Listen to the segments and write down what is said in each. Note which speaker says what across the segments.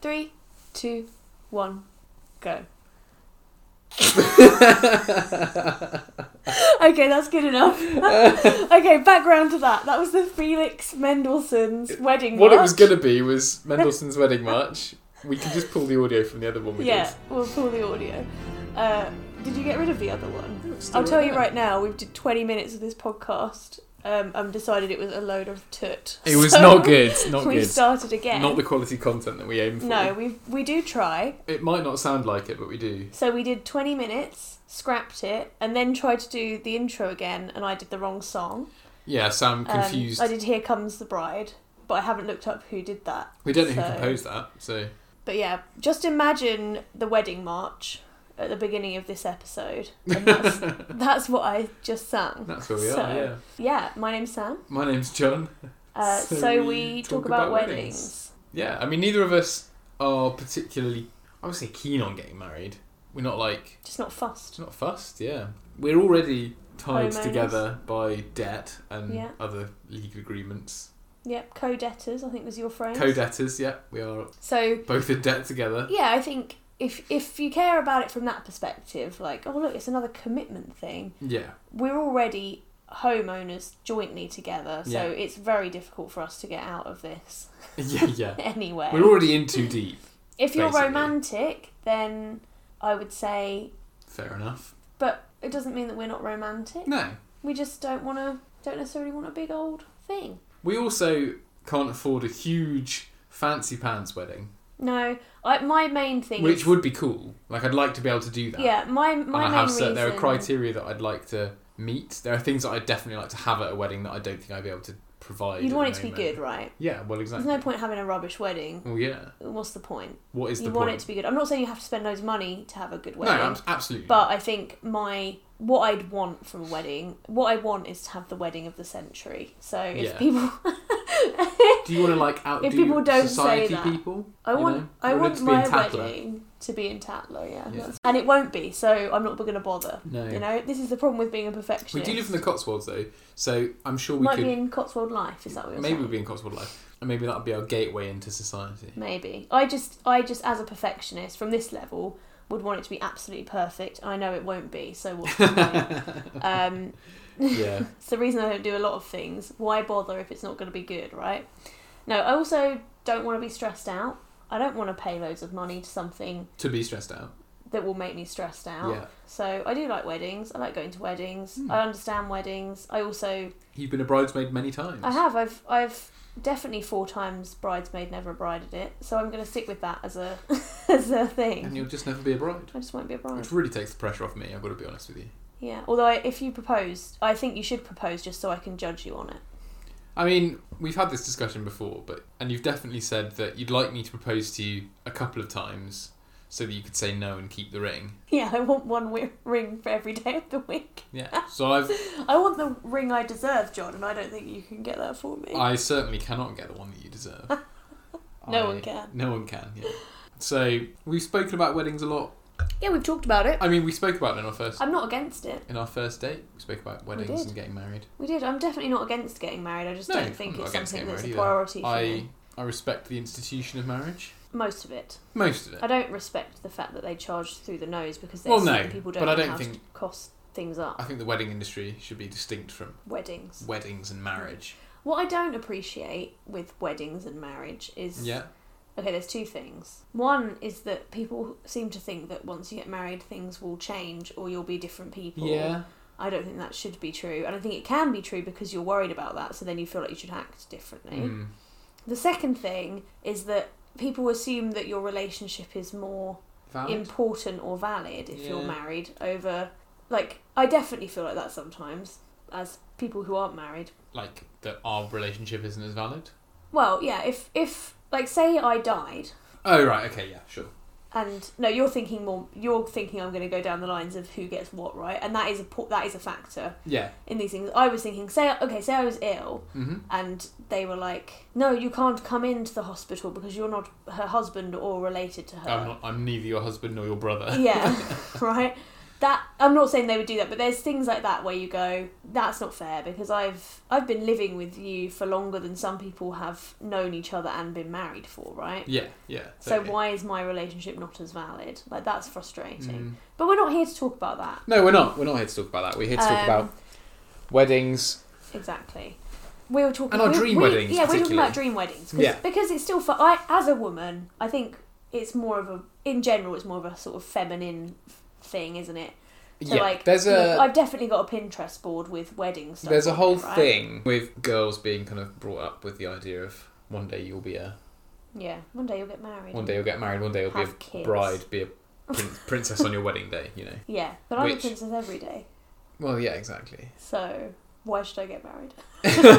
Speaker 1: Three, two, one, go. okay, that's good enough. okay, background to that. That was the Felix Mendelssohn's wedding.
Speaker 2: What it was
Speaker 1: march.
Speaker 2: going to be was Mendelssohn's Wedding March. We can just pull the audio from the other one we
Speaker 1: Yeah, we'll pull the audio. Uh, did you get rid of the other one?
Speaker 2: did. It's still
Speaker 1: I'll tell you
Speaker 2: there.
Speaker 1: right now, we've did 20 minutes of this podcast um, and decided it was a load of tut.
Speaker 2: It was
Speaker 1: So
Speaker 2: not good. Not
Speaker 1: we
Speaker 2: good.
Speaker 1: started again.
Speaker 2: Not the quality content that we aim for.
Speaker 1: no, we we do try.
Speaker 2: It might not sound like it, but we do.
Speaker 1: So we did 20 minutes, scrapped it, and then tried to do the intro again, and I did the wrong song.
Speaker 2: Yeah, Sam
Speaker 1: Um,
Speaker 2: confused.
Speaker 1: I did Here Comes the Bride, but I haven't looked up who did that.
Speaker 2: we don't know
Speaker 1: so-
Speaker 2: who composed that, so
Speaker 1: But yeah, just imagine the wedding march at the beginning of this episode. And that's, that's what I just sang.
Speaker 2: that's where we
Speaker 1: So-
Speaker 2: are. Yeah.
Speaker 1: Yeah, my name's Sam.
Speaker 2: My name's John.
Speaker 1: Uh,
Speaker 2: So
Speaker 1: so,
Speaker 2: we
Speaker 1: we,
Speaker 2: talk
Speaker 1: talk, about,
Speaker 2: about
Speaker 1: weddings.
Speaker 2: weddings. Yeah, I mean, neither of us are particularly, I would say, keen on getting married. We're not like,
Speaker 1: Just not fussed.
Speaker 2: it's not fussed, yeah. We're already tied
Speaker 1: Homeowners.
Speaker 2: together by debt and
Speaker 1: Yeah.
Speaker 2: other legal agreements.
Speaker 1: Yep, co-debtors, I think was your phrase.
Speaker 2: Co debtors, yeah, we are
Speaker 1: so
Speaker 2: both in debt together.
Speaker 1: yeah, I think if if you care about it from that perspective, like oh look, it's another commitment thing.
Speaker 2: Yeah,
Speaker 1: We're already homeowners jointly together, so
Speaker 2: Yeah.
Speaker 1: it's very difficult for us to get out of this
Speaker 2: yeah, yeah.
Speaker 1: anyway.
Speaker 2: We're already in too deep.
Speaker 1: if you're
Speaker 2: basically.
Speaker 1: romantic, then I would say,
Speaker 2: Fair enough.
Speaker 1: but it doesn't mean that we're not romantic.
Speaker 2: No,
Speaker 1: We just don't want to, don't necessarily want a big old thing.
Speaker 2: we also can't afford a huge fancy pants wedding,
Speaker 1: No, I, my main thing
Speaker 2: which
Speaker 1: is,
Speaker 2: would be cool. Like, I'd like to be able to do that.
Speaker 1: Yeah, my my
Speaker 2: and
Speaker 1: main
Speaker 2: I have
Speaker 1: reason.
Speaker 2: set, there are criteria that I'd like to meet. There are things that I'd definitely like to have at a wedding that I don't think I'd be able to provide.
Speaker 1: You'd
Speaker 2: at
Speaker 1: want it
Speaker 2: the
Speaker 1: to be
Speaker 2: moment.
Speaker 1: good, right?
Speaker 2: Yeah, well,
Speaker 1: There's
Speaker 2: exactly.
Speaker 1: no point having a rubbish wedding.
Speaker 2: Well, yeah.
Speaker 1: What's the point?
Speaker 2: What is
Speaker 1: you
Speaker 2: the
Speaker 1: want
Speaker 2: point?
Speaker 1: it to be good. I'm not saying you have to spend loads of money to have a good
Speaker 2: no,
Speaker 1: wedding,
Speaker 2: abs- absolutely.
Speaker 1: but I think my what I'd want from a wedding, what I want is to have the wedding of the century. So if
Speaker 2: Yeah.
Speaker 1: people,
Speaker 2: do you want to like outdo
Speaker 1: people don't say
Speaker 2: society
Speaker 1: that,
Speaker 2: people?
Speaker 1: I
Speaker 2: You
Speaker 1: want
Speaker 2: know?
Speaker 1: I
Speaker 2: You
Speaker 1: want
Speaker 2: it to be
Speaker 1: my
Speaker 2: in Tatler.
Speaker 1: wedding to be in Tatler, yeah,
Speaker 2: Yeah.
Speaker 1: That's- and it won't be. So I'm not going to bother.
Speaker 2: No.
Speaker 1: You know, this is the problem with being a perfectionist.
Speaker 2: We do live in the Cotswolds though, so I'm sure we
Speaker 1: might
Speaker 2: could
Speaker 1: be in Cotswold life. Is that what you're
Speaker 2: maybe
Speaker 1: saying?
Speaker 2: we'd be in Cotswold life, and maybe that'd be our gateway into society.
Speaker 1: Maybe. I just I just as a perfectionist from this level would want it to be absolutely perfect. I know it won't be, so what's the point? um
Speaker 2: yeah,
Speaker 1: it's the reason I don't do a lot of things. Why bother if it's not going to be good, right? No, I also don't want to be stressed out. I don't want to pay loads of money to something
Speaker 2: to be stressed out.
Speaker 1: that will make me stressed out.
Speaker 2: Yeah, Hmm.
Speaker 1: So I do like weddings. I like going to weddings. I understand weddings. I also
Speaker 2: you've been a bridesmaid many times.
Speaker 1: I have. I've I've definitely four times bridesmaid, never a bride at it. So I'm going to stick with that as a as a
Speaker 2: and
Speaker 1: thing.
Speaker 2: you'll just never be a bride,
Speaker 1: I just won't be a bride.
Speaker 2: which really takes the pressure off me. I've got to be honest with you.
Speaker 1: Yeah. Although I, if you propose, I think you should propose just so I can judge you on it.
Speaker 2: I mean, we've had this discussion before, but and you've definitely said that you'd like me to propose to you a couple of times so that you could say no and keep the ring.
Speaker 1: Yeah, I want one wi- ring for every day of the week.
Speaker 2: Yeah. So I've
Speaker 1: I want the ring I deserve, John, and I don't think you can get that for me.
Speaker 2: I certainly cannot get the one that you deserve.
Speaker 1: No
Speaker 2: I-
Speaker 1: one can.
Speaker 2: No one can. Yeah. So we've spoken about weddings a lot.
Speaker 1: Yeah, we've talked about it.
Speaker 2: I mean, we spoke about it in our first
Speaker 1: I'm not against it.
Speaker 2: in our first date. We spoke about weddings
Speaker 1: Um, did.
Speaker 2: and getting married.
Speaker 1: We did. I'm definitely not against getting married. I just
Speaker 2: No,
Speaker 1: don't think
Speaker 2: I'm not
Speaker 1: it's
Speaker 2: against
Speaker 1: something
Speaker 2: getting
Speaker 1: that's a
Speaker 2: married either.
Speaker 1: priority for
Speaker 2: I
Speaker 1: me.
Speaker 2: I respect the institution of marriage.
Speaker 1: Most of it.
Speaker 2: Most of it.
Speaker 1: I don't respect the fact that they charge through the nose because they
Speaker 2: Well,
Speaker 1: assume
Speaker 2: no,
Speaker 1: that people
Speaker 2: but
Speaker 1: don't
Speaker 2: I
Speaker 1: know
Speaker 2: don't
Speaker 1: how to
Speaker 2: think-
Speaker 1: cost things up.
Speaker 2: I think the wedding industry should be distinct from
Speaker 1: Weddings.
Speaker 2: weddings and marriage.
Speaker 1: What I don't appreciate with weddings and marriage is
Speaker 2: Yeah.
Speaker 1: Okay, there's two things. One is that people seem to think that once you get married, things will change or you'll be different people.
Speaker 2: Yeah.
Speaker 1: I don't think that should be true. And I think it can be true because you're worried about that, so then you feel like you should act differently.
Speaker 2: Mm.
Speaker 1: The second thing is that people assume that your relationship is more
Speaker 2: Valid.
Speaker 1: important or valid if you're
Speaker 2: Yeah.
Speaker 1: married over. Like, I definitely feel like that sometimes as people who aren't married.
Speaker 2: like that our relationship isn't as valid.
Speaker 1: Well, yeah, if, if like, say I died
Speaker 2: Oh right, okay, yeah, sure.
Speaker 1: and no you're thinking more you're thinking i'm going to go down the lines of who gets what right and that is a po- that is a factor
Speaker 2: Yeah.
Speaker 1: in these things i was thinking say okay say i was ill
Speaker 2: Mm-hmm.
Speaker 1: and they were like no you can't come into the hospital because you're not her husband or related to her
Speaker 2: I'm not. I'm neither your husband nor your brother.
Speaker 1: yeah right that I'm not saying they would do that, but there's things like that where you go, that's not fair because I've I've been living with you for longer than some people have known each other and been married for, right?
Speaker 2: Yeah, yeah.
Speaker 1: So
Speaker 2: totally.
Speaker 1: why is my relationship not as valid? Like that's frustrating.
Speaker 2: Mm.
Speaker 1: But we're not here to talk about that.
Speaker 2: No, we're not. We're not here to talk about that. We're here to talk
Speaker 1: Um,
Speaker 2: about weddings.
Speaker 1: Exactly. We were talking
Speaker 2: And our
Speaker 1: we-
Speaker 2: dream
Speaker 1: we-
Speaker 2: weddings,
Speaker 1: Yeah, we're talking
Speaker 2: particularly.
Speaker 1: about dream weddings 'cause-
Speaker 2: Yeah.
Speaker 1: because it's still for I as a woman, I think it's more of a in general it's more of a sort of feminine thing, isn't it? To
Speaker 2: yeah,
Speaker 1: like
Speaker 2: there's
Speaker 1: you know,
Speaker 2: a
Speaker 1: I've definitely got a Pinterest board with wedding stuff.
Speaker 2: there's a
Speaker 1: on
Speaker 2: whole
Speaker 1: it, right?
Speaker 2: thing with girls being kind of brought up with the idea of one day you'll be a
Speaker 1: Yeah, one day you'll get married.
Speaker 2: one day you'll get married, one day you'll be a
Speaker 1: Have kids.
Speaker 2: bride, be a prin- princess on your wedding day. You know.
Speaker 1: Yeah, but I'm a
Speaker 2: Which-
Speaker 1: princess every day,
Speaker 2: Well, yeah, exactly.
Speaker 1: so why should I get married?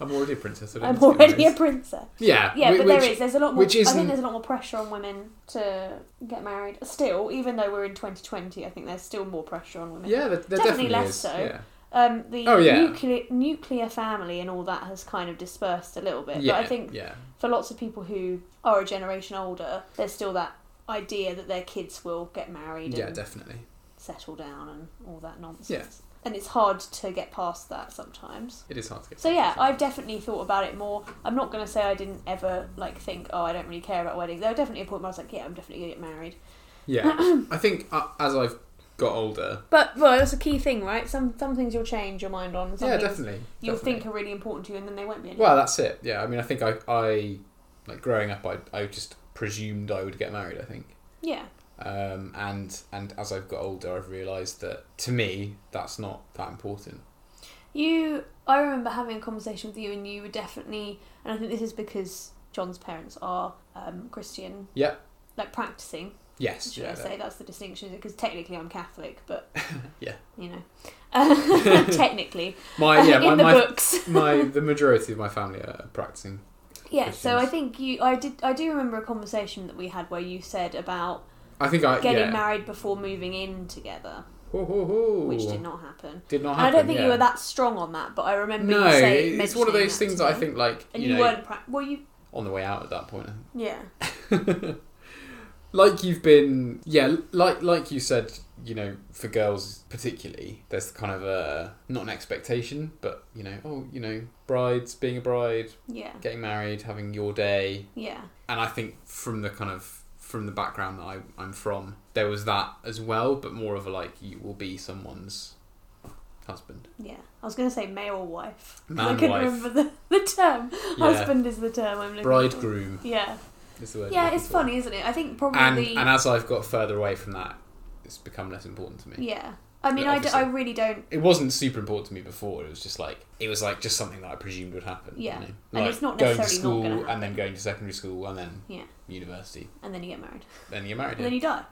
Speaker 2: I'm already a princess. I don't
Speaker 1: I'm
Speaker 2: need to get
Speaker 1: already a
Speaker 2: married.
Speaker 1: princess.
Speaker 2: Yeah,
Speaker 1: Yeah,
Speaker 2: whi-
Speaker 1: but
Speaker 2: which,
Speaker 1: there is. There's a lot more.
Speaker 2: which
Speaker 1: I
Speaker 2: isn't-
Speaker 1: think there's a lot more pressure on women to get married. Still, even though we're in 2020, I think there's still more pressure on women.
Speaker 2: Yeah, there, there
Speaker 1: Definitely
Speaker 2: definitely,
Speaker 1: less
Speaker 2: is.
Speaker 1: so.
Speaker 2: Yeah.
Speaker 1: Um, the
Speaker 2: Oh, yeah.
Speaker 1: nuclear nuclear family and all that has kind of dispersed a little bit.
Speaker 2: yeah,
Speaker 1: but I think
Speaker 2: yeah,
Speaker 1: for lots of people who are a generation older, there's still that idea that their kids will get married
Speaker 2: yeah,
Speaker 1: and
Speaker 2: definitely.
Speaker 1: settle down and all that nonsense.
Speaker 2: Yeah.
Speaker 1: And it's hard to get past that sometimes.
Speaker 2: It is hard to get.
Speaker 1: So
Speaker 2: past,
Speaker 1: yeah,
Speaker 2: isn't it?
Speaker 1: I've definitely thought about it more. I'm not gonna say I didn't ever like think, oh, I don't really care about weddings. There was definitely a point where I was like, yeah, I'm definitely gonna get married.
Speaker 2: Yeah, I think uh, as I've got older,
Speaker 1: But well, that's a key thing, right? Some some things you'll change your mind on. Some
Speaker 2: yeah,
Speaker 1: things
Speaker 2: definitely.
Speaker 1: You'll
Speaker 2: definitely.
Speaker 1: think are really important to you, and then they won't be. Anymore.
Speaker 2: Well, that's it. Yeah, I mean, I think I, I like growing up, I, I just presumed I would get married. I think,
Speaker 1: yeah,
Speaker 2: um, and and as I've got older, I've realised that to me, that's not that important.
Speaker 1: you. I remember having a conversation with you, and you were definitely, and I think this is because John's parents are um, Christian.
Speaker 2: Yeah.
Speaker 1: Like practicing,
Speaker 2: Yes,
Speaker 1: should
Speaker 2: yeah,
Speaker 1: I
Speaker 2: that-
Speaker 1: say? That's the distinction, because technically I'm Catholic, but
Speaker 2: Yeah.
Speaker 1: you know, technically,
Speaker 2: my yeah, my
Speaker 1: in the
Speaker 2: my,
Speaker 1: books.
Speaker 2: my the majority of my family are practicing.
Speaker 1: Yeah, so I
Speaker 2: Christians.
Speaker 1: think you, I did, I do remember a conversation that we had where you said about
Speaker 2: I think I
Speaker 1: getting
Speaker 2: Uh, yeah.
Speaker 1: married before moving in together,
Speaker 2: Ho, ho, ho.
Speaker 1: which did not happen.
Speaker 2: Did not
Speaker 1: And
Speaker 2: happen.
Speaker 1: I don't think
Speaker 2: yeah.
Speaker 1: you were that strong on that, but I remember
Speaker 2: No,
Speaker 1: you say
Speaker 2: it's one
Speaker 1: mentioning
Speaker 2: of those
Speaker 1: that
Speaker 2: things
Speaker 1: to
Speaker 2: that I
Speaker 1: me.
Speaker 2: think like
Speaker 1: and
Speaker 2: you
Speaker 1: you,
Speaker 2: know
Speaker 1: weren't, pra- well, you,
Speaker 2: on the way out at that point. I think.
Speaker 1: yeah,
Speaker 2: like you've been yeah like like you said you know for girls particularly there's kind of a not an expectation but you know oh you know brides being a bride
Speaker 1: yeah,
Speaker 2: getting married having your day
Speaker 1: yeah,
Speaker 2: and i think from the kind of from the background that I, i'm from there was that as well but more of a like you will be someone's husband
Speaker 1: yeah. I was going to say male or wife. 'cause I
Speaker 2: Man,
Speaker 1: couldn't
Speaker 2: wife.
Speaker 1: remember the, the term.
Speaker 2: Yeah.
Speaker 1: Husband is the term I'm looking for.
Speaker 2: bridegroom
Speaker 1: Yeah,
Speaker 2: is the word I'm
Speaker 1: yeah,
Speaker 2: looking
Speaker 1: it's
Speaker 2: for.
Speaker 1: funny, isn't it? I think probably
Speaker 2: and and as i've got further away from that it's become less important to me
Speaker 1: yeah. I mean,
Speaker 2: Yeah,
Speaker 1: I, d- I
Speaker 2: obviously.
Speaker 1: really don't,
Speaker 2: it wasn't super important to me before. It was just like it was like just something that I presumed would happen.
Speaker 1: Yeah.
Speaker 2: you know?
Speaker 1: And
Speaker 2: Like,
Speaker 1: it's not
Speaker 2: going to
Speaker 1: necessarily not
Speaker 2: school
Speaker 1: gonna
Speaker 2: and then
Speaker 1: happen.
Speaker 2: going to secondary school and then
Speaker 1: Yeah.
Speaker 2: university.
Speaker 1: and then you get married,
Speaker 2: Then you're married.
Speaker 1: and then you die.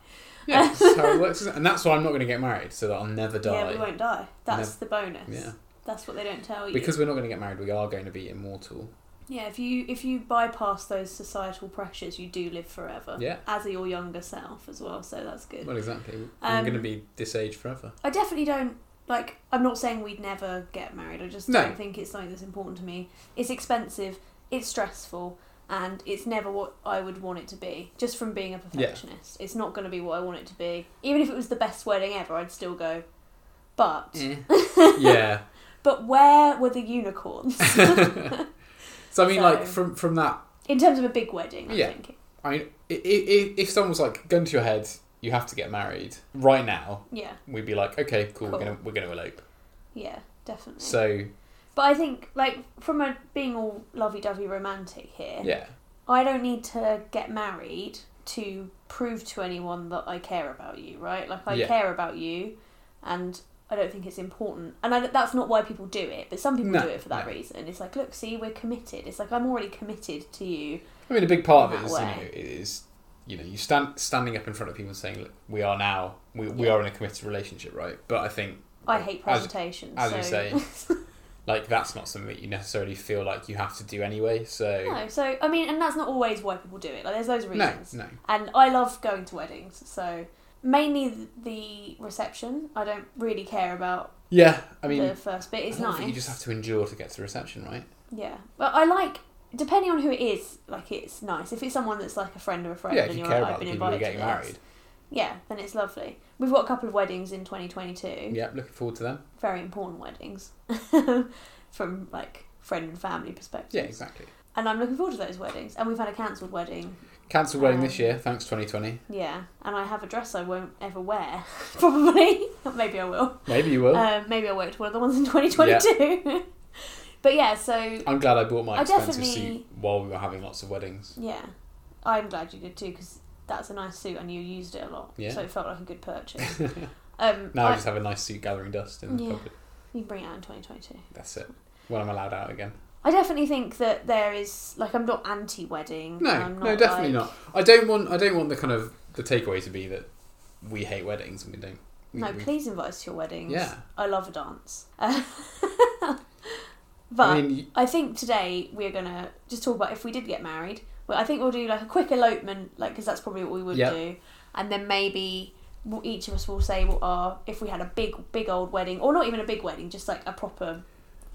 Speaker 2: yeah, that's how it works. isn't it? And that's why I'm not going to get married, so that I'll never
Speaker 1: Yeah,
Speaker 2: die.
Speaker 1: we won't die. That's the bonus.
Speaker 2: Yeah.
Speaker 1: That's what they don't tell you.
Speaker 2: because we're not going to get married, we are going to be immortal.
Speaker 1: yeah, if you if you bypass those societal pressures, you do live forever.
Speaker 2: Yeah.
Speaker 1: As are your younger self as well, so that's good.
Speaker 2: Well, exactly.
Speaker 1: Um,
Speaker 2: I'm going to be this age forever.
Speaker 1: I definitely don't like I'm not saying we'd never get married. I just
Speaker 2: No.
Speaker 1: don't think it's something that's important to me. It's expensive, it's stressful, and it's never what I would want it to be. Just from being a perfectionist. It's not gonna be what I want it to be. Even if it was the best wedding ever, I'd still go but
Speaker 2: Eh. yeah.
Speaker 1: but where were the unicorns?
Speaker 2: So I mean, like
Speaker 1: So-
Speaker 2: from from that
Speaker 1: In terms of a big wedding, I'm
Speaker 2: Yeah.
Speaker 1: thinking.
Speaker 2: I mean, i- i- i- if someone was like, "Gun to your head, you have to get married right now,"
Speaker 1: Yeah,
Speaker 2: we'd be like, "Okay, cool,
Speaker 1: Cool.
Speaker 2: we're gonna we're gonna elope."
Speaker 1: yeah, definitely.
Speaker 2: So
Speaker 1: but I think, like, from a being all lovey-dovey romantic here,
Speaker 2: yeah,
Speaker 1: I don't need to get married to prove to anyone that I care about you, right? Like, I
Speaker 2: Yeah.
Speaker 1: care about you, and I don't think it's important. And I, that's not why people do it, but some people
Speaker 2: No,
Speaker 1: do it for that
Speaker 2: no.
Speaker 1: reason. It's like, look, see, we're committed. It's like I'm already committed to you.
Speaker 2: I mean, a big part of
Speaker 1: That
Speaker 2: it is you
Speaker 1: way.
Speaker 2: know it is you know you stand standing up in front of people and saying, "Look, we are now we, we
Speaker 1: Yeah.
Speaker 2: are in a committed relationship," right? But I think
Speaker 1: I hate
Speaker 2: As-
Speaker 1: presentations.
Speaker 2: as
Speaker 1: so.
Speaker 2: you say. like that's not something that you necessarily feel like you have to do anyway. So
Speaker 1: no, so I mean, and that's not always why people do it. Like, there's loads of
Speaker 2: no,
Speaker 1: reasons.
Speaker 2: no,
Speaker 1: and I love going to weddings. So mainly th- the reception. I don't really care about
Speaker 2: yeah, I mean,
Speaker 1: the first bit. It's
Speaker 2: I don't
Speaker 1: nice.
Speaker 2: think you just have to endure to get to the reception, right?
Speaker 1: Yeah, but I like depending on who it is. Like it's nice if it's someone that's like a friend of a friend
Speaker 2: yeah,
Speaker 1: and
Speaker 2: if you
Speaker 1: you're
Speaker 2: care
Speaker 1: like, I've
Speaker 2: about the
Speaker 1: been
Speaker 2: people who are
Speaker 1: invited
Speaker 2: getting
Speaker 1: to this.
Speaker 2: married,
Speaker 1: yeah, then it's lovely. We've got a couple of weddings in 2022.
Speaker 2: Yeah, looking forward to them.
Speaker 1: Very important weddings from like friend and family perspective.
Speaker 2: Yeah, exactly.
Speaker 1: And I'm looking forward to those weddings. And we've had a cancelled wedding.
Speaker 2: Cancelled wedding
Speaker 1: Um,
Speaker 2: this year, thanks 2020.
Speaker 1: Yeah. And I have a dress I won't ever wear, probably. maybe I will.
Speaker 2: Maybe you will.
Speaker 1: Um, maybe I'll wear it to one of the ones in 2022. but yeah, so
Speaker 2: I'm glad I bought my
Speaker 1: I
Speaker 2: expensive
Speaker 1: definitely-
Speaker 2: suit while we were having lots of weddings.
Speaker 1: yeah, I'm glad you did too because that's a nice suit and you used it a lot.
Speaker 2: Yeah.
Speaker 1: So it felt like a good purchase.
Speaker 2: now
Speaker 1: Um,
Speaker 2: I
Speaker 1: I-
Speaker 2: just have a nice suit gathering dust in the
Speaker 1: Yeah.
Speaker 2: cupboard.
Speaker 1: you can bring it out in 2022.
Speaker 2: That's it. When I'm allowed out again.
Speaker 1: I definitely think that there is like I'm not anti-wedding.
Speaker 2: No,
Speaker 1: I'm
Speaker 2: no, definitely
Speaker 1: like-
Speaker 2: not. I don't want. I don't want the kind of the takeaway to be that we hate weddings and we don't. We,
Speaker 1: No,
Speaker 2: we-
Speaker 1: please invite us to your weddings.
Speaker 2: Yeah.
Speaker 1: I love a dance. but
Speaker 2: I mean,
Speaker 1: I think today we're gonna just talk about if we did get married. Well, I think we'll do like a quick elopement, like because that's probably what we would
Speaker 2: Yeah.
Speaker 1: do, and then maybe we'll, each of us will say what our if we had a big, big old wedding, or not even a big wedding, just like a proper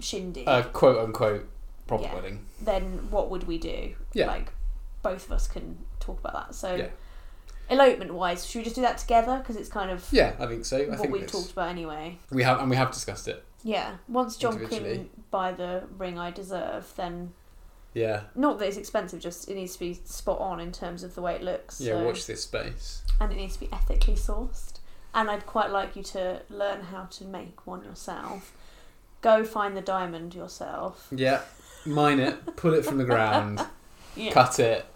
Speaker 1: shindig.
Speaker 2: a quote unquote proper
Speaker 1: Yeah.
Speaker 2: wedding.
Speaker 1: then what would we do?
Speaker 2: Yeah.
Speaker 1: like both of us can talk about that. So
Speaker 2: Yeah.
Speaker 1: elopement wise, should we just do that together? Because it's kind of
Speaker 2: Yeah, I think so. I
Speaker 1: what
Speaker 2: think
Speaker 1: we've
Speaker 2: it's-
Speaker 1: talked about anyway.
Speaker 2: we have and we have discussed it.
Speaker 1: Yeah, once John can
Speaker 2: Individually.
Speaker 1: buy the ring I deserve, then
Speaker 2: Yeah,
Speaker 1: not that it's expensive, just it needs to be spot on in terms of the way it looks.
Speaker 2: yeah.
Speaker 1: so-
Speaker 2: Watch this space.
Speaker 1: And it needs to be ethically sourced. And I'd quite like you to learn how to make one yourself. Go find the diamond yourself.
Speaker 2: Yeah, mine it. Pull it from the ground.
Speaker 1: Yeah.
Speaker 2: Cut Um, uh, it.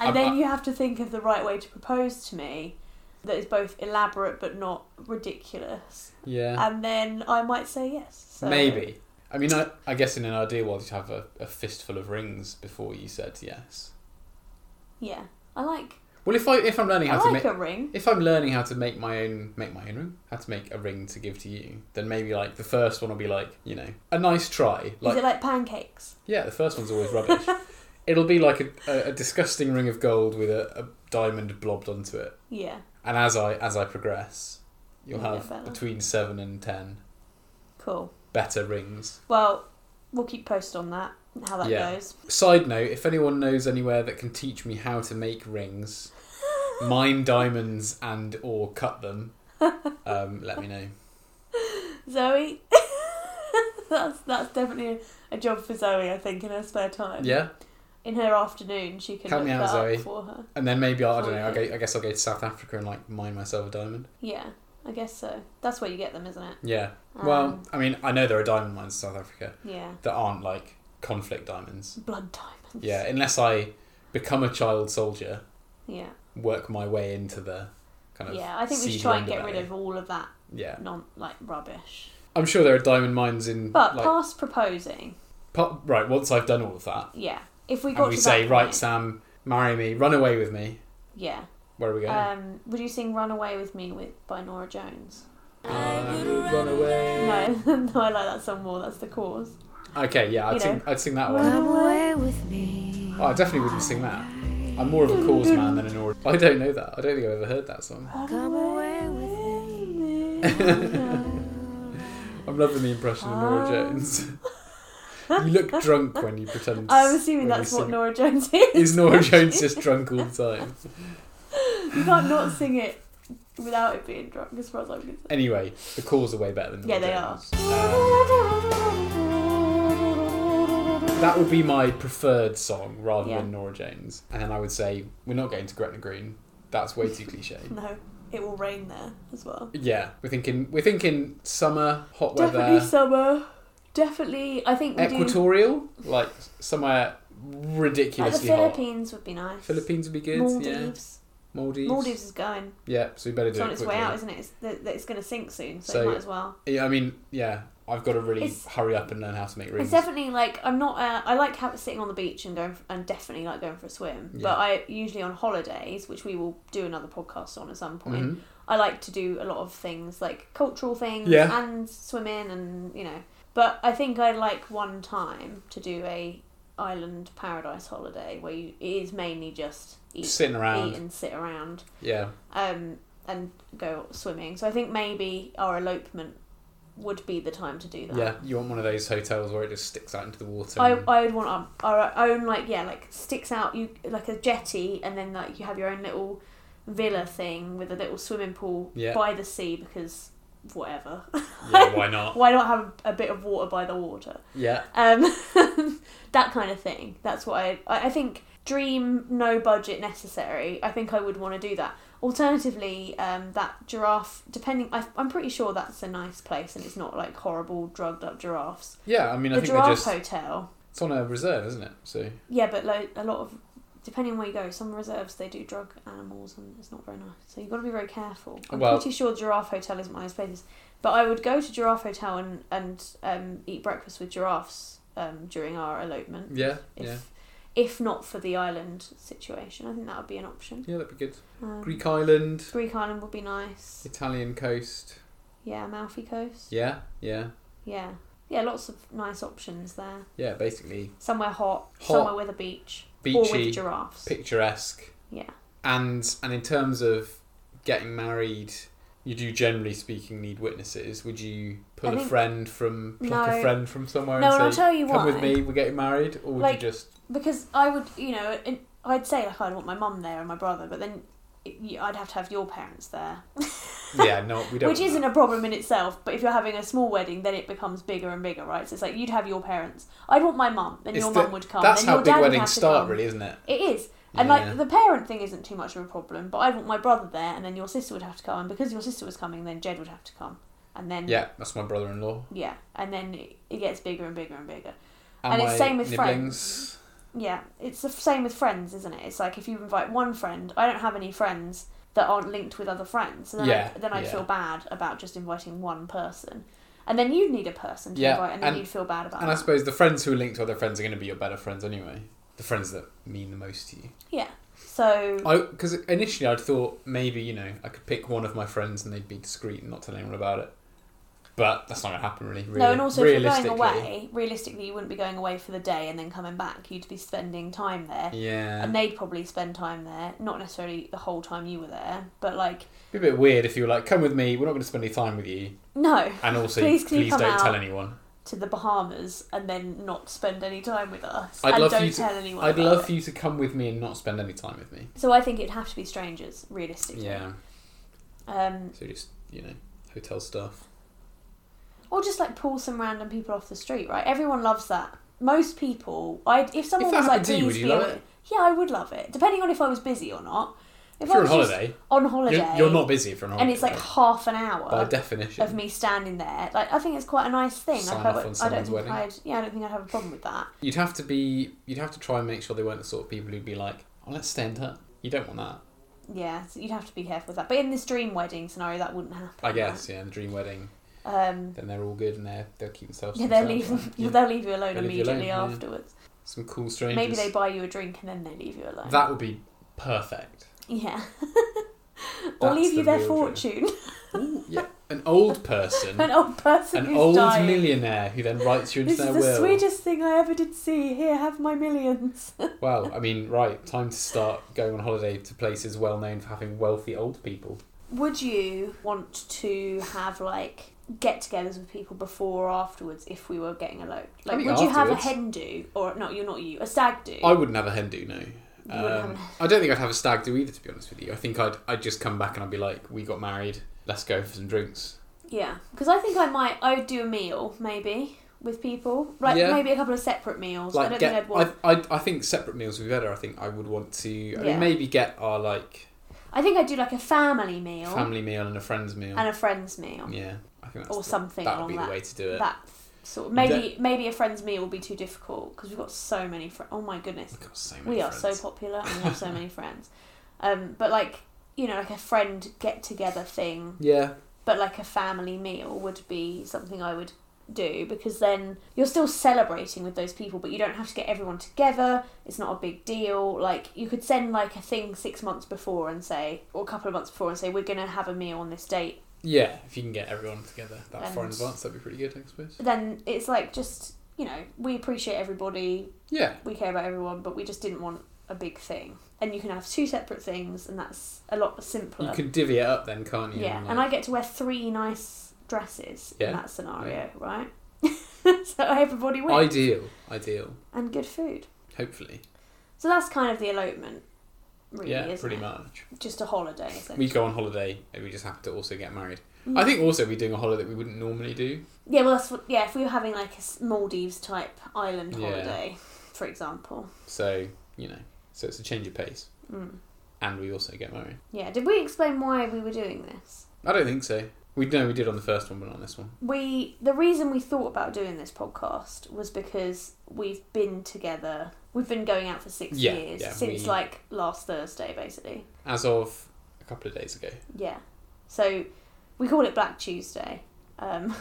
Speaker 1: And
Speaker 2: I'm-
Speaker 1: then
Speaker 2: I-
Speaker 1: you have to think of the right way to propose to me that is both elaborate but not ridiculous.
Speaker 2: Yeah,
Speaker 1: And then I might say yes. Uh, So.
Speaker 2: maybe. I mean, I, I guess in an ideal world you'd have a, a fistful of rings before you said yes.
Speaker 1: Yeah. I like
Speaker 2: Well, if I if I'm learning
Speaker 1: I
Speaker 2: how to make
Speaker 1: like a ring.
Speaker 2: If I'm learning how to make my own make my own ring, how to make a ring to give to you, then maybe like the first one will be like, you know, a nice try.
Speaker 1: is it
Speaker 2: Like
Speaker 1: like pancakes?
Speaker 2: yeah, the first one's always rubbish. It'll be like a, a, a disgusting ring of gold with a, a diamond blobbed onto it.
Speaker 1: Yeah.
Speaker 2: And as I as I progress, you'll
Speaker 1: You'll
Speaker 2: have
Speaker 1: get better.
Speaker 2: between seven and ten
Speaker 1: Cool.
Speaker 2: better rings.
Speaker 1: Well, we'll keep posted on that, how that
Speaker 2: Yeah.
Speaker 1: goes.
Speaker 2: Side note, if anyone knows anywhere that can teach me how to make rings, mine diamonds and or cut them, um, let me know.
Speaker 1: Zoe, that's that's definitely a job for Zoe. I think in her spare time.
Speaker 2: Yeah?
Speaker 1: In her afternoon, she can
Speaker 2: Help
Speaker 1: look
Speaker 2: me
Speaker 1: that
Speaker 2: out, Zoe.
Speaker 1: up for her.
Speaker 2: And then maybe I'll, I
Speaker 1: Or
Speaker 2: don't know. I'll
Speaker 1: you-
Speaker 2: go, I guess I'll go to South Africa and like mine myself a diamond.
Speaker 1: Yeah, I guess so. That's where you get them, isn't it?
Speaker 2: Yeah.
Speaker 1: Um,
Speaker 2: well, I mean, I know there are diamond mines in South Africa
Speaker 1: Yeah.
Speaker 2: that aren't like conflict diamonds.
Speaker 1: Blood diamonds.
Speaker 2: Yeah, unless I become a child soldier,
Speaker 1: Yeah.
Speaker 2: work my way into the kind of
Speaker 1: yeah. I think we should
Speaker 2: seedy
Speaker 1: try and get
Speaker 2: underbelly.
Speaker 1: rid of all of that
Speaker 2: Yeah,
Speaker 1: non like rubbish.
Speaker 2: I'm sure there are diamond mines in.
Speaker 1: But
Speaker 2: Mm, like,
Speaker 1: past proposing,
Speaker 2: pa- right. Once I've done all of that,
Speaker 1: yeah. If we got
Speaker 2: and we
Speaker 1: to
Speaker 2: say,
Speaker 1: that
Speaker 2: right,
Speaker 1: point-
Speaker 2: Sam, marry me, run away with me.
Speaker 1: yeah.
Speaker 2: Where are we going?
Speaker 1: Um, would you sing "Run Away with Me" with by Nora Jones?
Speaker 2: I would run away.
Speaker 1: No, no, I like that song more. That's the chorus.
Speaker 2: Okay, yeah, I'd
Speaker 1: You
Speaker 2: sing.
Speaker 1: know.
Speaker 2: I'd sing that one.
Speaker 1: Run away.
Speaker 3: with me.
Speaker 2: Oh, I definitely wouldn't sing that. I'm more of a cause
Speaker 1: Mm-hmm.
Speaker 2: man than an order. I don't know that. I don't think I've ever heard that song.
Speaker 3: Come away
Speaker 1: with
Speaker 2: I'm loving the impression of Nora
Speaker 1: Ah.
Speaker 2: Jones. you look drunk when you pretend.
Speaker 1: I'm assuming
Speaker 2: when you
Speaker 1: that's what
Speaker 2: sing-
Speaker 1: Nora Jones is.
Speaker 2: Is Nora Jones just drunk all the time?
Speaker 1: You can't not sing it without it being drunk, as far as I'm concerned.
Speaker 2: Anyway, the calls are way better than Nora
Speaker 1: Yeah, they
Speaker 2: Jones. Um, that would be my preferred song rather
Speaker 1: Yeah.
Speaker 2: than Nora Jones. And I would say we're not going to Gretna Green. That's way too cliche.
Speaker 1: No, it will rain there as well.
Speaker 2: Yeah, we're thinking we're thinking summer, hot
Speaker 1: Definitely
Speaker 2: weather,
Speaker 1: summer. Definitely, I think we do.
Speaker 2: equatorial, like somewhere
Speaker 1: Like the
Speaker 2: ridiculously hot.
Speaker 1: Philippines would be nice.
Speaker 2: Philippines would be good.
Speaker 1: Maldives.
Speaker 2: Yeah. Maldives.
Speaker 1: Maldives is going.
Speaker 2: Yeah, so we better do
Speaker 1: It's on
Speaker 2: it
Speaker 1: its
Speaker 2: quickly.
Speaker 1: way out, isn't it? It's, that- that it's going to sink soon, so,
Speaker 2: So-
Speaker 1: you might as well.
Speaker 2: yeah, I mean, yeah, I've got to really
Speaker 1: It's-
Speaker 2: hurry up and learn how to make
Speaker 1: It's
Speaker 2: rings.
Speaker 1: definitely like I'm not. Uh, I like have, sitting on the beach and going for, and definitely like going for a swim.
Speaker 2: Yeah.
Speaker 1: But I usually on holidays, which we will do another podcast on at some point.
Speaker 2: Mhm.
Speaker 1: I like to do a lot of things like cultural things
Speaker 2: Yeah.
Speaker 1: and swimming and you know. But I think I like one time to do a island paradise holiday where you, it is mainly just eat,
Speaker 2: Sitting around.
Speaker 1: eat and sit around
Speaker 2: Yeah,
Speaker 1: um, and go swimming. So I think maybe our elopement would be the time to do that.
Speaker 2: yeah. You want one of those hotels where it just sticks out into the water.
Speaker 1: I,
Speaker 2: and-
Speaker 1: I would want um, our, our own like yeah like sticks out you like a jetty and then like you have your own little villa thing with a little swimming pool
Speaker 2: Yeah.
Speaker 1: by the sea because whatever.
Speaker 2: Yeah, why not?
Speaker 1: Why not have a bit of water by the water?
Speaker 2: Yeah.
Speaker 1: Um, that kind of thing. That's what I, I I think. Dream, no budget necessary. I think I would want to do that. Alternatively, um, that giraffe, depending, I, I'm pretty sure that's a nice place and it's not like horrible, drugged up giraffes.
Speaker 2: Yeah, I mean, I
Speaker 1: the
Speaker 2: think they're
Speaker 1: giraffe
Speaker 2: just.
Speaker 1: hotel,
Speaker 2: It's on a reserve, isn't it? So,
Speaker 1: yeah, but like, a lot of, depending on where you go, some reserves they do drug animals and it's not very nice. So you've got to be very careful. I'm
Speaker 2: Well-
Speaker 1: pretty sure Giraffe Hotel isn't one of those places. But I would go to Giraffe Hotel and, and um, eat breakfast with giraffes um, during our elopement
Speaker 2: yeah,
Speaker 1: if
Speaker 2: yeah.
Speaker 1: if not for the island situation. I think that would be an option.
Speaker 2: Yeah, that'd be good.
Speaker 1: Um,
Speaker 2: Greek island,
Speaker 1: Greek island would be nice.
Speaker 2: Italian coast.
Speaker 1: Yeah, Amalfi Coast.
Speaker 2: Yeah, yeah,
Speaker 1: Yeah. Yeah, lots of nice options there.
Speaker 2: yeah. Basically,
Speaker 1: Somewhere hot,
Speaker 2: Hot.
Speaker 1: somewhere with a beach, or
Speaker 2: Beachy.
Speaker 1: with giraffes.
Speaker 2: picturesque.
Speaker 1: Yeah.
Speaker 2: And and in terms of getting married, you do generally speaking need witnesses. Would you pull
Speaker 1: I
Speaker 2: a
Speaker 1: think-
Speaker 2: friend from pluck
Speaker 1: No.
Speaker 2: a friend from somewhere
Speaker 1: No, and I'll
Speaker 2: and say,
Speaker 1: tell you
Speaker 2: "Come
Speaker 1: why.
Speaker 2: with me, we're getting married," or would
Speaker 1: Like-
Speaker 2: you just
Speaker 1: Because I would, you know, in, I'd say like I'd want my mum there and my brother, but then it, you- I'd have to have your parents there,
Speaker 2: yeah? No, we don't.
Speaker 1: which
Speaker 2: want
Speaker 1: isn't
Speaker 2: that.
Speaker 1: a problem in itself. But if you're having a small wedding, then it becomes bigger and bigger, right? So it's like you'd have your parents. I'd want my mum, then
Speaker 2: It's
Speaker 1: your
Speaker 2: the-
Speaker 1: mum would come.
Speaker 2: That's
Speaker 1: then
Speaker 2: how
Speaker 1: your
Speaker 2: big
Speaker 1: dad would
Speaker 2: weddings
Speaker 1: have to
Speaker 2: start,
Speaker 1: come.
Speaker 2: really, isn't it?
Speaker 1: It is. And
Speaker 2: Yeah.
Speaker 1: like the parent thing isn't too much of a problem, but I'd want my brother there, and then your sister would have to come, and because your sister was coming, then Jed would have to come, and then
Speaker 2: Yeah, that's my brother-in-law
Speaker 1: yeah, and then it- it gets bigger and bigger and bigger.
Speaker 2: and,
Speaker 1: And it's
Speaker 2: my
Speaker 1: same with
Speaker 2: nibblings.
Speaker 1: friends. Yeah, it's the f- same with friends, isn't it? It's like if you invite one friend, I don't have any friends that aren't linked with other friends, so then
Speaker 2: Yeah,
Speaker 1: I, then I'd
Speaker 2: yeah.
Speaker 1: feel bad about just inviting one person, and then you'd need a person to
Speaker 2: Yeah,
Speaker 1: invite, and then
Speaker 2: and-
Speaker 1: you'd feel bad about
Speaker 2: And I
Speaker 1: that.
Speaker 2: suppose the friends who are linked to other friends are going to be your better friends anyway. The friends that mean the most to you.
Speaker 1: yeah, so
Speaker 2: I because initially I'd thought maybe you know I could pick one of my friends and they'd be discreet and not tell anyone about it, but that's not gonna happen really. really
Speaker 1: No, and also if you're going
Speaker 2: realistically.
Speaker 1: away, realistically, you wouldn't be going away for the day and then coming back. You'd be spending time there,
Speaker 2: yeah,
Speaker 1: and they'd probably spend time there. Not necessarily the whole time you were there, but like,
Speaker 2: it'd be a bit weird if you were like, "Come with me, we're not gonna spend any time with you,"
Speaker 1: no,
Speaker 2: and also
Speaker 1: Please
Speaker 2: please,
Speaker 1: can you come
Speaker 2: don't
Speaker 1: out?
Speaker 2: tell anyone.
Speaker 1: to the Bahamas and then not spend any time with us.
Speaker 2: I'd
Speaker 1: and
Speaker 2: love for
Speaker 1: don't
Speaker 2: you to-
Speaker 1: tell anyone.
Speaker 2: I'd
Speaker 1: about
Speaker 2: love
Speaker 1: it.
Speaker 2: for you to come with me and not spend any time with me.
Speaker 1: So I think it'd have to be strangers, realistically.
Speaker 2: Yeah,
Speaker 1: Um,
Speaker 2: so just you know, hotel stuff.
Speaker 1: or just like pull some random people off the street, right? Everyone loves that. Most people, I if someone
Speaker 2: that
Speaker 1: was like,
Speaker 2: happened to you, would
Speaker 1: "Please
Speaker 2: you
Speaker 1: be
Speaker 2: love
Speaker 1: away-" Yeah, I would love it. Depending on if I was busy or not.
Speaker 2: If,
Speaker 1: I
Speaker 2: you're on
Speaker 1: was just
Speaker 2: holiday,
Speaker 1: on holiday,
Speaker 2: you're, you're not busy if you're on holiday,
Speaker 1: and it's like half an hour
Speaker 2: by definition.
Speaker 1: of me standing there. Like I think it's quite a nice thing.
Speaker 2: Sign
Speaker 1: like, I
Speaker 2: off
Speaker 1: would-
Speaker 2: on
Speaker 1: I, don't
Speaker 2: someone's
Speaker 1: think
Speaker 2: wedding.
Speaker 1: I'd yeah, I don't think I'd have a problem with that.
Speaker 2: You'd have to be. You'd have to try and make sure they weren't the sort of people who'd be like, "Oh, let's stay in touch." You don't want that,
Speaker 1: Yeah, so you'd have to be careful with that. But in this dream wedding scenario, that wouldn't happen.
Speaker 2: I guess. Yeah, the dream wedding.
Speaker 1: right? Um,
Speaker 2: Then they're all good and they they'll keep themselves. to
Speaker 1: yeah, they'll leave.
Speaker 2: themselves, right? Yeah.
Speaker 1: They'll leave you alone
Speaker 2: They'll leave you alone,
Speaker 1: immediately
Speaker 2: yeah.
Speaker 1: afterwards.
Speaker 2: Some cool strangers.
Speaker 1: Maybe they buy you a drink and then they leave you alone.
Speaker 2: That would be perfect.
Speaker 1: yeah. or leave
Speaker 2: the
Speaker 1: you their
Speaker 2: real dream.
Speaker 1: fortune.
Speaker 2: Ooh, yeah, an old
Speaker 1: An
Speaker 2: person,
Speaker 1: old person
Speaker 2: an
Speaker 1: who's
Speaker 2: old
Speaker 1: dying.
Speaker 2: millionaire who then writes you into
Speaker 1: This
Speaker 2: their
Speaker 1: is the
Speaker 2: will.
Speaker 1: sweetest thing I ever did see. Here, have my millions.
Speaker 2: Wow, I mean, right, time to start going on holiday to places well known for having wealthy old people.
Speaker 1: Would you want to have like get-togethers with people before or afterwards if we were getting eloped? Like,
Speaker 2: think
Speaker 1: would you have a
Speaker 2: afterwards.
Speaker 1: hen do or no? You're not you. A stag do.
Speaker 2: I wouldn't have a hen do, no.
Speaker 1: wouldn't have
Speaker 2: Um,
Speaker 1: a-
Speaker 2: I don't think I'd have a stag do either, to be honest with you. I think I'd I'd just come back and I'd be like, "We got married. Let's go for some drinks."
Speaker 1: Yeah, because I think I might. I would do a meal maybe with people, like
Speaker 2: Yeah.
Speaker 1: maybe a couple of separate meals. I
Speaker 2: Like,
Speaker 1: don't
Speaker 2: get,
Speaker 1: think I'd want.
Speaker 2: I, I I think separate meals would be better. I think I would want to. I
Speaker 1: Yeah.
Speaker 2: mean, maybe get our like
Speaker 1: I, think I'd do like a family meal
Speaker 2: family meal and a friend's meal.
Speaker 1: and a friends meal
Speaker 2: yeah, I think that's
Speaker 1: or
Speaker 2: the-
Speaker 1: something
Speaker 2: that would
Speaker 1: along
Speaker 2: be
Speaker 1: that.
Speaker 2: the way to do it.
Speaker 1: That sort of maybe maybe a friends meal would be too difficult because we've got so many friends. Oh my goodness,
Speaker 2: We've got so many
Speaker 1: we are
Speaker 2: friends.
Speaker 1: so popular and we have so many friends. Um, but like you know, like a friend get together thing,
Speaker 2: Yeah,
Speaker 1: but like a family meal would be something I would do because then you're still celebrating with those people, but you don't have to get everyone together. It's not a big deal. Like you could send like a thing six months before and say, or a couple of months before and say, we're gonna have a meal on this date.
Speaker 2: yeah. If you can get everyone together that far in
Speaker 1: And-
Speaker 2: advance, that'd be pretty good, I suppose.
Speaker 1: Then it's like just you know we appreciate everybody.
Speaker 2: Yeah,
Speaker 1: we care about everyone, but we just didn't want a big thing. And you can have two separate things, and that's a lot simpler.
Speaker 2: you can divvy it up then, can't you?
Speaker 1: yeah, and I get to wear three nice dresses
Speaker 2: Yeah.
Speaker 1: in that scenario, right? so everybody wins.
Speaker 2: ideal, ideal.
Speaker 1: And good food.
Speaker 2: Hopefully,
Speaker 1: So that's kind of the elopement. really,
Speaker 2: yeah,
Speaker 1: isn't
Speaker 2: pretty
Speaker 1: it?
Speaker 2: much.
Speaker 1: Just a holiday, essentially.
Speaker 2: We go on holiday and we just happen to also get married.
Speaker 1: Mm.
Speaker 2: I think also we're doing a holiday that we wouldn't normally do.
Speaker 1: Yeah, well, that's what, yeah. If we were having like a s- Maldives type island
Speaker 2: Yeah.
Speaker 1: holiday, for example.
Speaker 2: So, you know, so it's a change of pace.
Speaker 1: Mm.
Speaker 2: And we also get married.
Speaker 1: Yeah. Did we explain why we were doing this?
Speaker 2: I don't think so. We know we did on the first one, but not on this one.
Speaker 1: We the reason we thought about doing this podcast was because we've been together. We've been going out for six
Speaker 2: Yeah,
Speaker 1: years
Speaker 2: yeah,
Speaker 1: since
Speaker 2: we-
Speaker 1: like last Thursday, basically.
Speaker 2: As of a couple of days ago.
Speaker 1: Yeah. So we call it Black Tuesday um,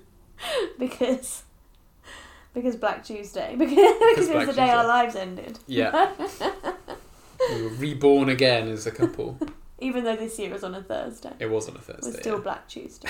Speaker 1: because because Black Tuesday because, because it was
Speaker 2: Black
Speaker 1: the day our
Speaker 2: Tuesday.
Speaker 1: lives ended.
Speaker 2: Yeah. we were reborn again as a couple.
Speaker 1: Even though this year was on a Thursday.
Speaker 2: It was on a
Speaker 1: It
Speaker 2: Thursday.
Speaker 1: was still Black Tuesday.